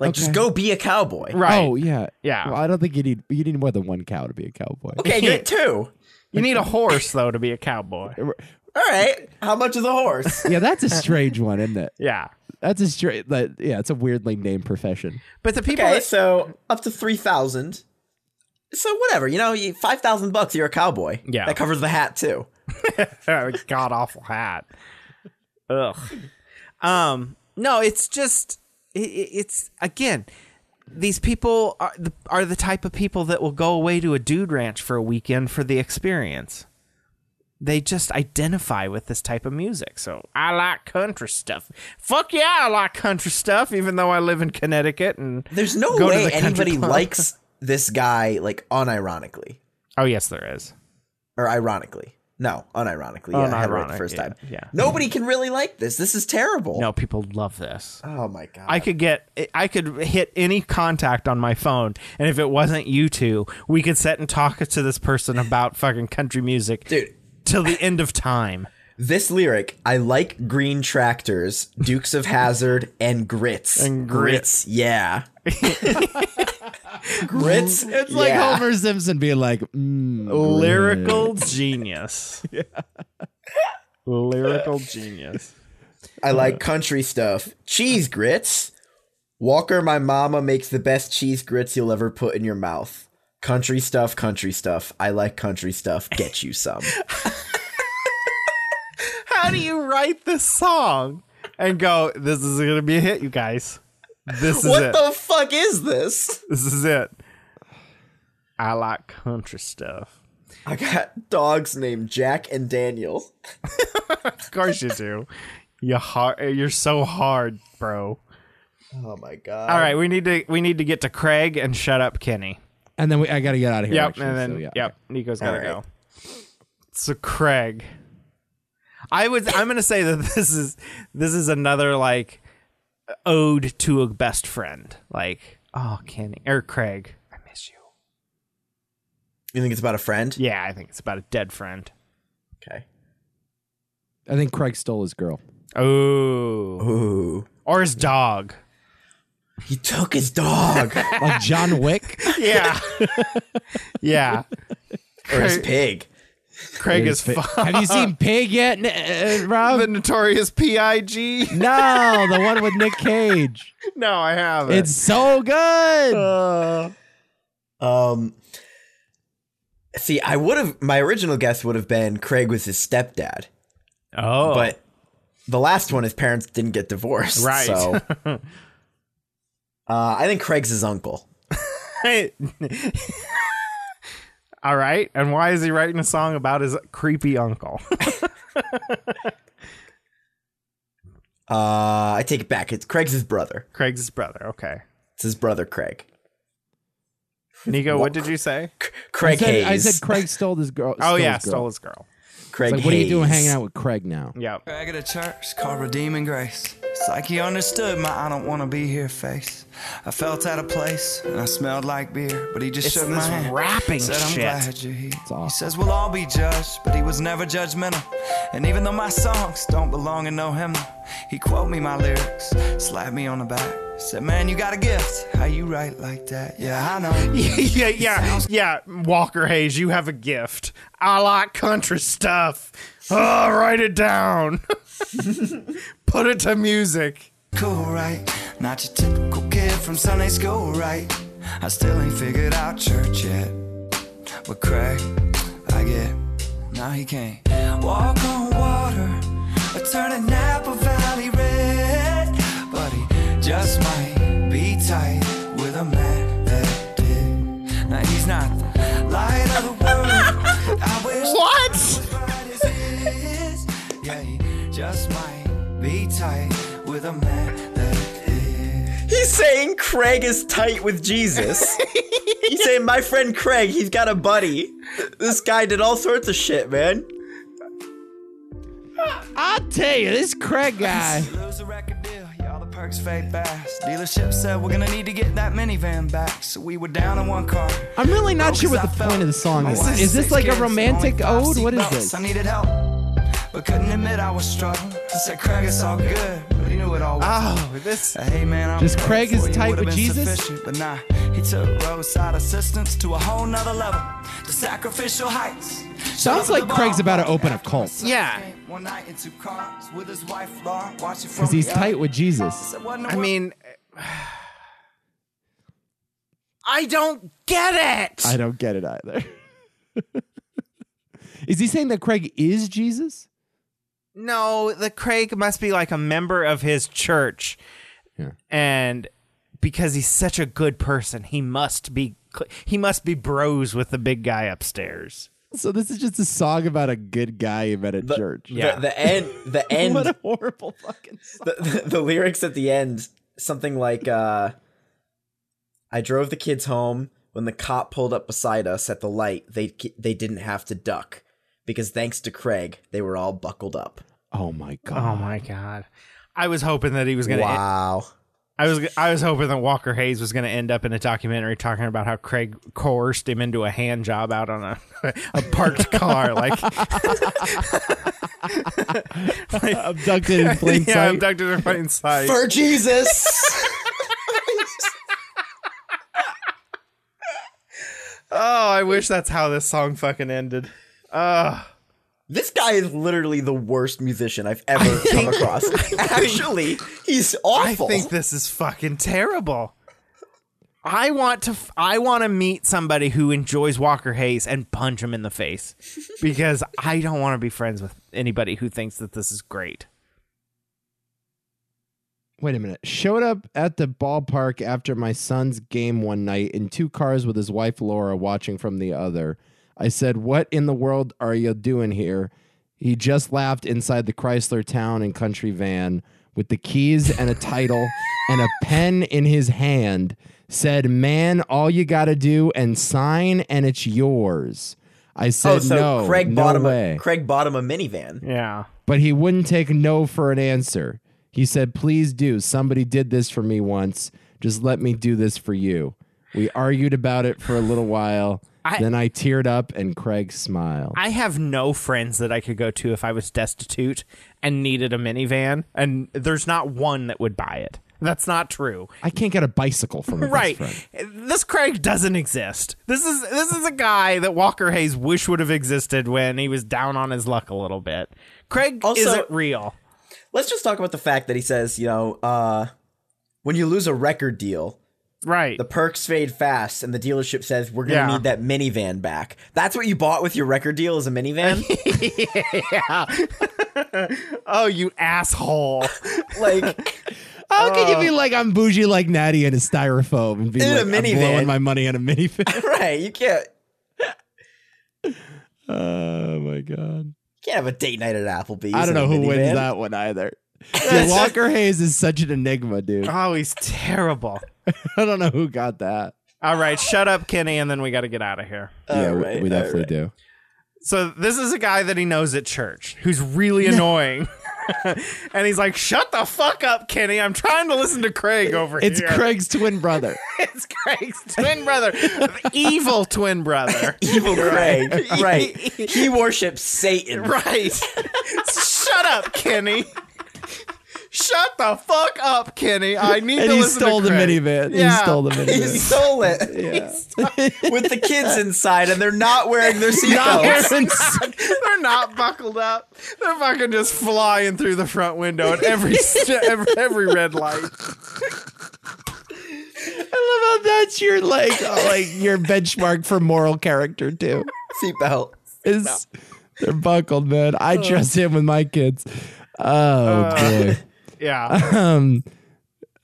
Speaker 4: Like just
Speaker 3: Okay.
Speaker 4: go be a cowboy.
Speaker 2: right.
Speaker 3: Oh yeah,
Speaker 2: Yeah.
Speaker 3: Well, I don't think you need you need more than one cow to be a cowboy.
Speaker 4: Okay, get two.
Speaker 2: You need a horse, though, to be a cowboy.
Speaker 4: All right. How much is a horse?
Speaker 3: Yeah, that's a strange one, isn't it?
Speaker 2: Yeah.
Speaker 3: That's a strange. Like, yeah, it's a weirdly named profession.
Speaker 2: But the people
Speaker 4: Okay,
Speaker 2: that
Speaker 4: so up to 3,000. So whatever, you know, you- 5,000 bucks you're a cowboy.
Speaker 2: Yeah.
Speaker 4: That covers the hat too.
Speaker 2: god awful hat. Ugh. Um. No, it's just it, it- it's again. These people are the, are the type of people that will go away to a dude ranch for a weekend for the experience. they just identify with this type of music. So I like country stuff. Fuck yeah, I like country stuff, even though I live in Connecticut and
Speaker 4: There's no
Speaker 2: go to
Speaker 4: way
Speaker 2: the country
Speaker 4: anybody
Speaker 2: club.
Speaker 4: likes this guy like unironically.
Speaker 2: Oh yes, there is.
Speaker 4: Or ironically. No, unironically. Yeah, I had it right the
Speaker 2: Unironic,
Speaker 4: first
Speaker 2: yeah,
Speaker 4: time.
Speaker 2: yeah.
Speaker 4: Nobody can really like this. This is terrible.
Speaker 2: No, people love this.
Speaker 4: Oh my god.
Speaker 2: I could get I could hit any contact on my phone, and if it wasn't you two, we could sit and talk to this person about fucking country music,
Speaker 4: dude,
Speaker 2: till the end of time.
Speaker 4: This lyric, I like green tractors, Dukes of Hazard, and grits.
Speaker 2: And grits.
Speaker 4: yeah. grits.
Speaker 3: It's like
Speaker 4: yeah.
Speaker 3: Homer Simpson being like, mm,
Speaker 2: Lyrical genius. Lyrical genius.
Speaker 4: I like country stuff. Cheese grits. Walker, my mama makes the best cheese grits you'll ever put in your mouth. Country stuff, country stuff. I like country stuff. Get you some.
Speaker 2: How do you write this song and go, this is going to be a hit, you guys? This is
Speaker 4: what
Speaker 2: it.
Speaker 4: the fuck is this?
Speaker 2: this is it. I like country stuff.
Speaker 4: I got dogs named Jack and Daniel.
Speaker 2: Of course you do. You hard, you're so hard, bro.
Speaker 4: Oh my god.
Speaker 2: All right, we need to we need to get to Craig and shut up, Kenny.
Speaker 3: and then we, I got to get out of here.
Speaker 2: Yep,
Speaker 3: actually,
Speaker 2: and then
Speaker 3: so, yeah.
Speaker 2: yep, Nico's gotta
Speaker 3: All
Speaker 2: go. So Craig, I would I'm gonna say that this is this is another like ode to a best friend. Like oh Kenny or Craig, I miss you.
Speaker 4: You think it's about a friend?
Speaker 2: Yeah, I think it's about a dead friend.
Speaker 4: Okay.
Speaker 3: I think Craig stole his girl.
Speaker 2: Oh,
Speaker 4: Ooh.
Speaker 2: or his dog.
Speaker 4: He took his dog.
Speaker 3: Like John Wick.
Speaker 2: Yeah, yeah.
Speaker 4: or his
Speaker 2: Craig-
Speaker 4: pig.
Speaker 2: Craig is
Speaker 3: Pig.
Speaker 2: fu-
Speaker 3: Have you seen Pig yet, N- uh, Rob?
Speaker 2: the notorious Pig?
Speaker 3: no, the one with Nick Cage.
Speaker 2: No, I haven't.
Speaker 3: It's so good.
Speaker 2: Uh,
Speaker 4: Um See, I would have my original guess would have been Craig was his stepdad.
Speaker 2: oh,
Speaker 4: But the last one, his parents didn't get divorced.
Speaker 2: Right.
Speaker 4: So uh, I think Craig's his uncle.
Speaker 2: All right. And why is he writing a song about his creepy uncle?
Speaker 4: Uh, I take it back. It's Craig's his brother.
Speaker 2: Craig's brother. Okay.
Speaker 4: It's his brother Craig.
Speaker 2: Nico, what did you say?
Speaker 4: Craig
Speaker 3: I said,
Speaker 4: Hayes.
Speaker 3: I said Craig stole his girl.
Speaker 2: Oh, yeah.
Speaker 3: his girl.
Speaker 2: Stole his girl.
Speaker 4: Craig
Speaker 3: It's like, what are you doing
Speaker 4: Hayes.
Speaker 3: hanging out with Craig now?
Speaker 2: Yep.
Speaker 7: Craig at a church called Redeeming Grace. It's like he understood my I don't want to be here face. I felt out of place and I smelled like beer, but he just
Speaker 2: It's
Speaker 7: shook my
Speaker 2: this
Speaker 7: hand.
Speaker 2: rapping
Speaker 7: said, I'm
Speaker 2: shit."
Speaker 7: glad you're here. He says, We'll all be judged, but he was never judgmental. And even though my songs don't belong in no hymnal, he quote me my lyrics, slapped me on the back. Said, Man, you got a gift. How you write like that? Yeah, I know.
Speaker 2: yeah, yeah, yeah. Walker Hayes, you have a gift. I like country stuff. Oh, write it down. Put it to music.
Speaker 7: cool, right? Not your typical kid from Sunday school, right? I still ain't figured out church yet. But Craig, I get, now he can't. Walk on water, or turn a Napa Valley red. But he just might be tight with a man that did. Now he's not the light of the world. but I wish
Speaker 2: What?
Speaker 7: yeah, he just might be tight with a man that is.
Speaker 4: He's saying Craig is tight with Jesus. He's saying my friend Craig, he's got a buddy. This guy did all sorts of shit, man.
Speaker 3: I'll tell you, this Craig guy.
Speaker 7: Lose a record deal, yeah, all the perks fade fast. Dealership said we're gonna need to get that minivan back, so we were down in one car.
Speaker 3: I'm really not
Speaker 7: Broke
Speaker 3: sure
Speaker 7: as
Speaker 3: what
Speaker 7: I
Speaker 3: the
Speaker 7: felt.
Speaker 3: point of the song
Speaker 7: My
Speaker 3: is.
Speaker 7: wife,
Speaker 3: Is this
Speaker 7: six
Speaker 3: like a
Speaker 7: kids, and only
Speaker 3: romantic
Speaker 7: five
Speaker 3: ode? What is
Speaker 7: seatbelts.
Speaker 3: this?
Speaker 7: I needed help, but couldn't admit I was struggling. I said, Craig, it's all good, but he knew it all was.
Speaker 2: Oh, this.
Speaker 7: Hey man, I'm
Speaker 3: Just
Speaker 7: praying
Speaker 3: Craig is
Speaker 7: for you.
Speaker 3: tight
Speaker 7: Would've
Speaker 3: with
Speaker 7: been
Speaker 3: Jesus?
Speaker 7: sufficient, But nah, he took roadside assistance to a whole nother level. The sacrificial heights.
Speaker 3: Sounds like Craig's about to open a cult
Speaker 2: Yeah.
Speaker 7: One night in two cars with his wife Laura, watching from
Speaker 3: because he's
Speaker 2: Oh,
Speaker 7: the
Speaker 3: tight
Speaker 7: other.
Speaker 3: with Jesus.
Speaker 7: Said, "Wasn't a
Speaker 2: I
Speaker 7: word
Speaker 2: mean, I don't get it.
Speaker 3: I don't get it either. is he saying that Craig is Jesus?
Speaker 2: No, the Craig must be like a member of his church.
Speaker 3: Yeah.
Speaker 2: And because he's such a good person, he must be cl- he must be bros with the big guy upstairs.
Speaker 3: So this is just a song about a good guy you met at church.
Speaker 4: The, the end. The end.
Speaker 3: what a horrible fucking.
Speaker 4: The, the, the lyrics at the end, something like, uh, "I drove the kids home when the cop pulled up beside us at the light. They they didn't have to duck because thanks to Craig, they were all buckled up."
Speaker 3: Oh my
Speaker 2: Oh my god. I was hoping that he was going to
Speaker 4: Wow.
Speaker 2: I was I was hoping that Walker Hayes was going to end up in a documentary talking about how Craig coerced him into a hand job out on a, a parked car like
Speaker 3: abducted in plain
Speaker 2: yeah,
Speaker 3: sight.
Speaker 2: abducted in plain sight.
Speaker 4: For Jesus.
Speaker 2: oh, I wish that's how this song fucking ended. Uh
Speaker 4: This guy is literally the worst musician I've ever come across. Actually, he's awful.
Speaker 2: I think this is fucking terrible. I want to f- I want to meet somebody who enjoys Walker Hayes and punch him in the face because I don't want to be friends with anybody who thinks that this is great.
Speaker 3: Wait a minute. Showed up at the ballpark after my son's game one night in two cars with his wife Laura watching from the other. I said, What in the world are you doing here? He just laughed inside the Chrysler town and country van with the keys and a title and a pen in his hand. Said, Man, all you got to do and sign, and it's yours. I said,
Speaker 4: oh, so
Speaker 3: No,
Speaker 4: Craig
Speaker 3: no
Speaker 4: bought him
Speaker 3: way
Speaker 4: a Craig bought him a minivan.
Speaker 2: Yeah.
Speaker 3: but he wouldn't take no for an answer. He said, Please do. Somebody did this for me once. Just let me do this for you. We argued about it for a little while.
Speaker 2: I-
Speaker 3: then I teared up and Craig smiled.
Speaker 2: I have no friends that I could go to if I was destitute and needed a minivan, and there's not one that would buy it. That's not true.
Speaker 3: I can't get a bicycle from a best
Speaker 2: Right.
Speaker 3: friend.
Speaker 2: This Craig doesn't exist. This is this is a guy that Walker Hayes wish would have existed when he was down on his luck a little bit. Craig
Speaker 4: Also-
Speaker 2: isn't real.
Speaker 4: Let's just talk about the fact that he says, you know, uh, when you lose a record deal,
Speaker 2: right?
Speaker 4: The perks fade fast, and the dealership says we're gonna
Speaker 2: Yeah.
Speaker 4: need that minivan back. That's what you bought with your record deal is a minivan.
Speaker 2: yeah. oh, you asshole.
Speaker 4: like
Speaker 3: How could you be like I'm bougie like Natty and a styrofoam and be
Speaker 4: Oh. In a
Speaker 3: like I'm
Speaker 4: minivan.
Speaker 3: blowing my money on a minivan?
Speaker 4: right, you can't
Speaker 3: oh my god.
Speaker 4: can't have a date night at Applebee's.
Speaker 3: I don't
Speaker 4: in a
Speaker 3: know who
Speaker 4: minivan.
Speaker 3: wins that one either. Dude, Walker Hayes is such an enigma, dude.
Speaker 4: Uh-huh.
Speaker 2: Oh, he's terrible.
Speaker 3: I don't know who got that.
Speaker 2: All right, shut up, Kenny, and then we got to get out of here.
Speaker 3: yeah, we-
Speaker 4: Oh, right,
Speaker 3: we
Speaker 4: all
Speaker 3: definitely
Speaker 4: right.
Speaker 3: do.
Speaker 2: So this is a guy that he knows at church who's really annoying. and he's like, "Shut the fuck up, Kenny. I'm trying to listen to Craig over
Speaker 3: It's
Speaker 2: here."
Speaker 3: Craig's twin brother.
Speaker 2: it's Craig's twin brother. The evil twin brother.
Speaker 4: Evil Craig, right? He worships Satan.
Speaker 2: Right. Shut up, Kenny. Shut the fuck up, Kenny. I need
Speaker 3: and
Speaker 2: to
Speaker 3: he
Speaker 2: listen to
Speaker 3: stole the
Speaker 2: Craig.
Speaker 3: minivan.
Speaker 2: Yeah.
Speaker 3: He stole the
Speaker 4: He
Speaker 3: minivan.
Speaker 4: stole it with the kids inside, and they're not wearing their
Speaker 3: Not
Speaker 4: seatbelts.
Speaker 3: wearing-
Speaker 2: They're not buckled up. They're fucking just flying through the front window at every every, every red light.
Speaker 3: I love how that's your like uh, like your benchmark for moral character too.
Speaker 4: Seatbelt.
Speaker 3: Is they're buckled, man. I trust him with my kids.
Speaker 2: Uh.
Speaker 3: Oh boy.
Speaker 2: Yeah.
Speaker 3: Um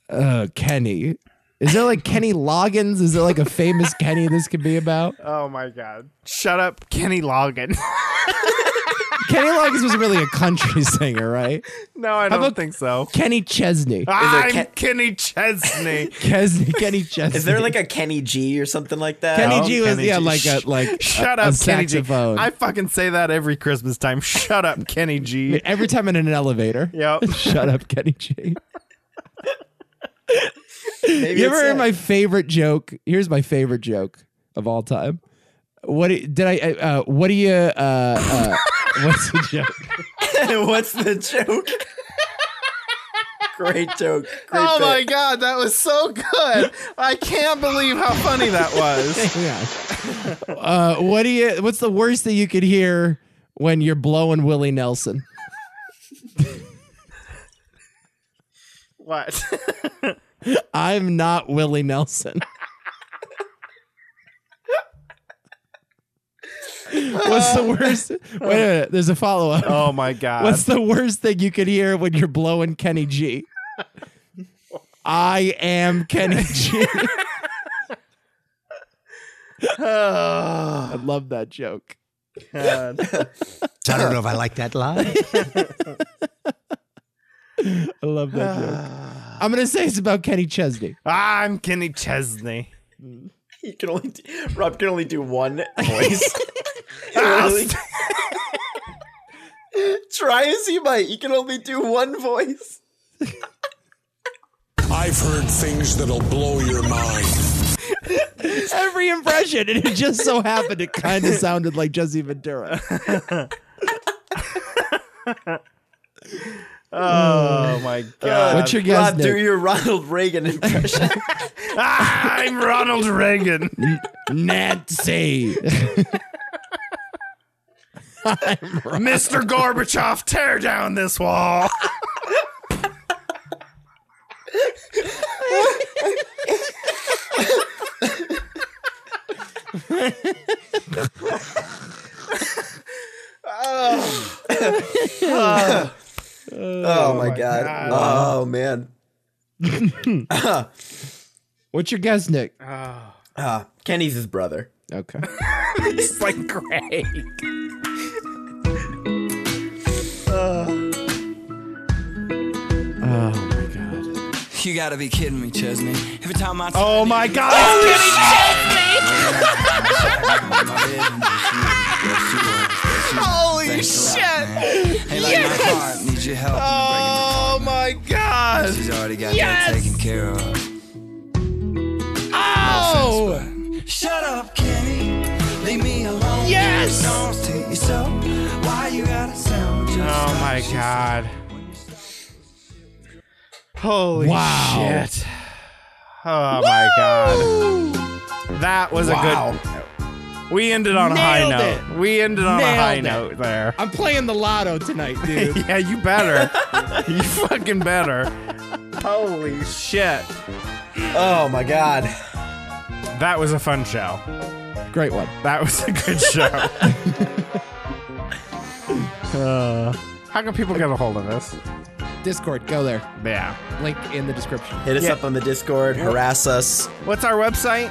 Speaker 3: uh Kenny. Is there like Kenny Loggins? Is there like a famous Kenny this could be about?
Speaker 2: Oh my god. Shut up, Kenny Logan.
Speaker 3: Kenny Loggins was really a country singer, right?
Speaker 2: No, I don't
Speaker 3: about-
Speaker 2: think so.
Speaker 3: Kenny Chesney.
Speaker 2: I'm
Speaker 4: Ken-
Speaker 2: Kenny Chesney.
Speaker 3: Chesney Kenny Chesney.
Speaker 4: Is there like a Kenny G or something like that?
Speaker 3: Kenny
Speaker 2: No,
Speaker 3: G was
Speaker 2: Oh, Kenny
Speaker 3: yeah,
Speaker 2: G.
Speaker 3: like a like
Speaker 2: Shut
Speaker 3: a,
Speaker 2: up,
Speaker 3: a
Speaker 2: Kenny G.
Speaker 3: saxophone.
Speaker 2: I fucking say that every Christmas time. Shut up, Kenny G.
Speaker 3: Every time in an elevator.
Speaker 2: Yep.
Speaker 3: Shut up, Kenny G.
Speaker 4: Maybe
Speaker 3: you
Speaker 4: it's
Speaker 3: ever heard
Speaker 4: it.
Speaker 3: my favorite joke? Here's my favorite joke of all time. What do- did I? Uh, what do you? Uh, uh, what's the joke?
Speaker 4: What's the joke? Great joke. Great
Speaker 2: Oh my
Speaker 4: bit.
Speaker 2: god, that was so good. I can't believe how funny that was.
Speaker 3: Hang on. Uh, what do you? What's the worst that you could hear when you're blowing Willie Nelson?
Speaker 2: What?
Speaker 3: I'm not Willie Nelson. What's the worst? Wait a minute. There's a follow up.
Speaker 2: Oh my god.
Speaker 3: What's the worst thing you could hear when you're blowing Kenny G? I am Kenny G. I love that joke.
Speaker 5: I don't know if I like that line.
Speaker 3: I love that joke. I'm gonna say it's about Kenny Chesney.
Speaker 2: I'm Kenny Chesney.
Speaker 4: You can only do, Rob can only do one voice. Really. Try as you might, you can only do one voice.
Speaker 13: I've heard things that'll blow your mind.
Speaker 3: Every impression, and it just so happened it kind of sounded like Jesse Ventura.
Speaker 2: Oh my
Speaker 4: Uh,
Speaker 2: god!
Speaker 4: Rob, do your Ronald Reagan impression.
Speaker 2: I'm Ronald Reagan.
Speaker 3: Nancy.
Speaker 2: Mr. Gorbachev, tear down this wall.
Speaker 4: oh.
Speaker 7: Oh,
Speaker 4: Oh, my
Speaker 3: my
Speaker 4: god.
Speaker 3: God.
Speaker 4: Oh man.
Speaker 3: What's your guess, Nick?
Speaker 4: Uh, Kenny's his brother.
Speaker 3: Okay.
Speaker 2: It's like Greg.
Speaker 7: Oh my god. You gotta be kidding me, Chesney. Every time I
Speaker 2: Oh my god!
Speaker 7: Holy
Speaker 2: shit.
Speaker 7: Hey, like
Speaker 2: Yes.
Speaker 7: my heart needs your help.
Speaker 2: Oh my god!
Speaker 7: She's already got
Speaker 2: Yes.
Speaker 7: that taken care of.
Speaker 2: Oh!
Speaker 7: Shut up, Kenny. Leave me alone.
Speaker 2: Yes.
Speaker 7: Don't take yourself. Why you gotta sound just
Speaker 2: Oh my god! Holy
Speaker 7: Wow.
Speaker 2: shit! Oh my god! That was
Speaker 3: Wow.
Speaker 2: a good. We ended on a high
Speaker 3: Nailed
Speaker 2: note. We ended on a
Speaker 3: Nailed
Speaker 2: high
Speaker 3: it.
Speaker 2: note there.
Speaker 3: I'm playing the lotto tonight, dude.
Speaker 2: yeah, you better. you fucking better. Holy shit.
Speaker 4: Oh my god.
Speaker 2: That was a fun show.
Speaker 3: Great one.
Speaker 2: That was a good show. Uh, how can people get a hold of us?
Speaker 3: Discord, go there.
Speaker 2: Yeah.
Speaker 3: Link in the description.
Speaker 4: Hit us
Speaker 3: Yeah.
Speaker 4: up on the Discord, harass us.
Speaker 2: What's our website?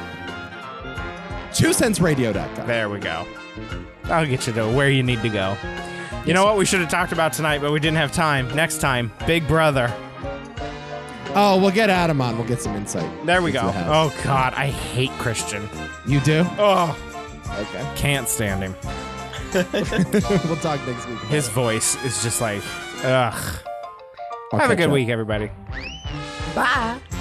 Speaker 3: Two cents radio.com.
Speaker 2: There we go. I'll get you to where you need to go. You know what we should have talked about tonight, but we didn't have time. Next time, Big Brother.
Speaker 3: Oh, we'll get Adam on. We'll get some insight.
Speaker 2: There we
Speaker 3: into
Speaker 2: go.
Speaker 3: the house.
Speaker 2: Oh God, I hate Christian.
Speaker 3: You do?
Speaker 2: Oh,
Speaker 3: Okay.
Speaker 2: can't stand him.
Speaker 3: we'll talk next week.
Speaker 2: His voice is just like, ugh.
Speaker 3: I'll
Speaker 2: have a
Speaker 3: catch
Speaker 2: good
Speaker 3: up.
Speaker 2: week, everybody.
Speaker 8: Bye.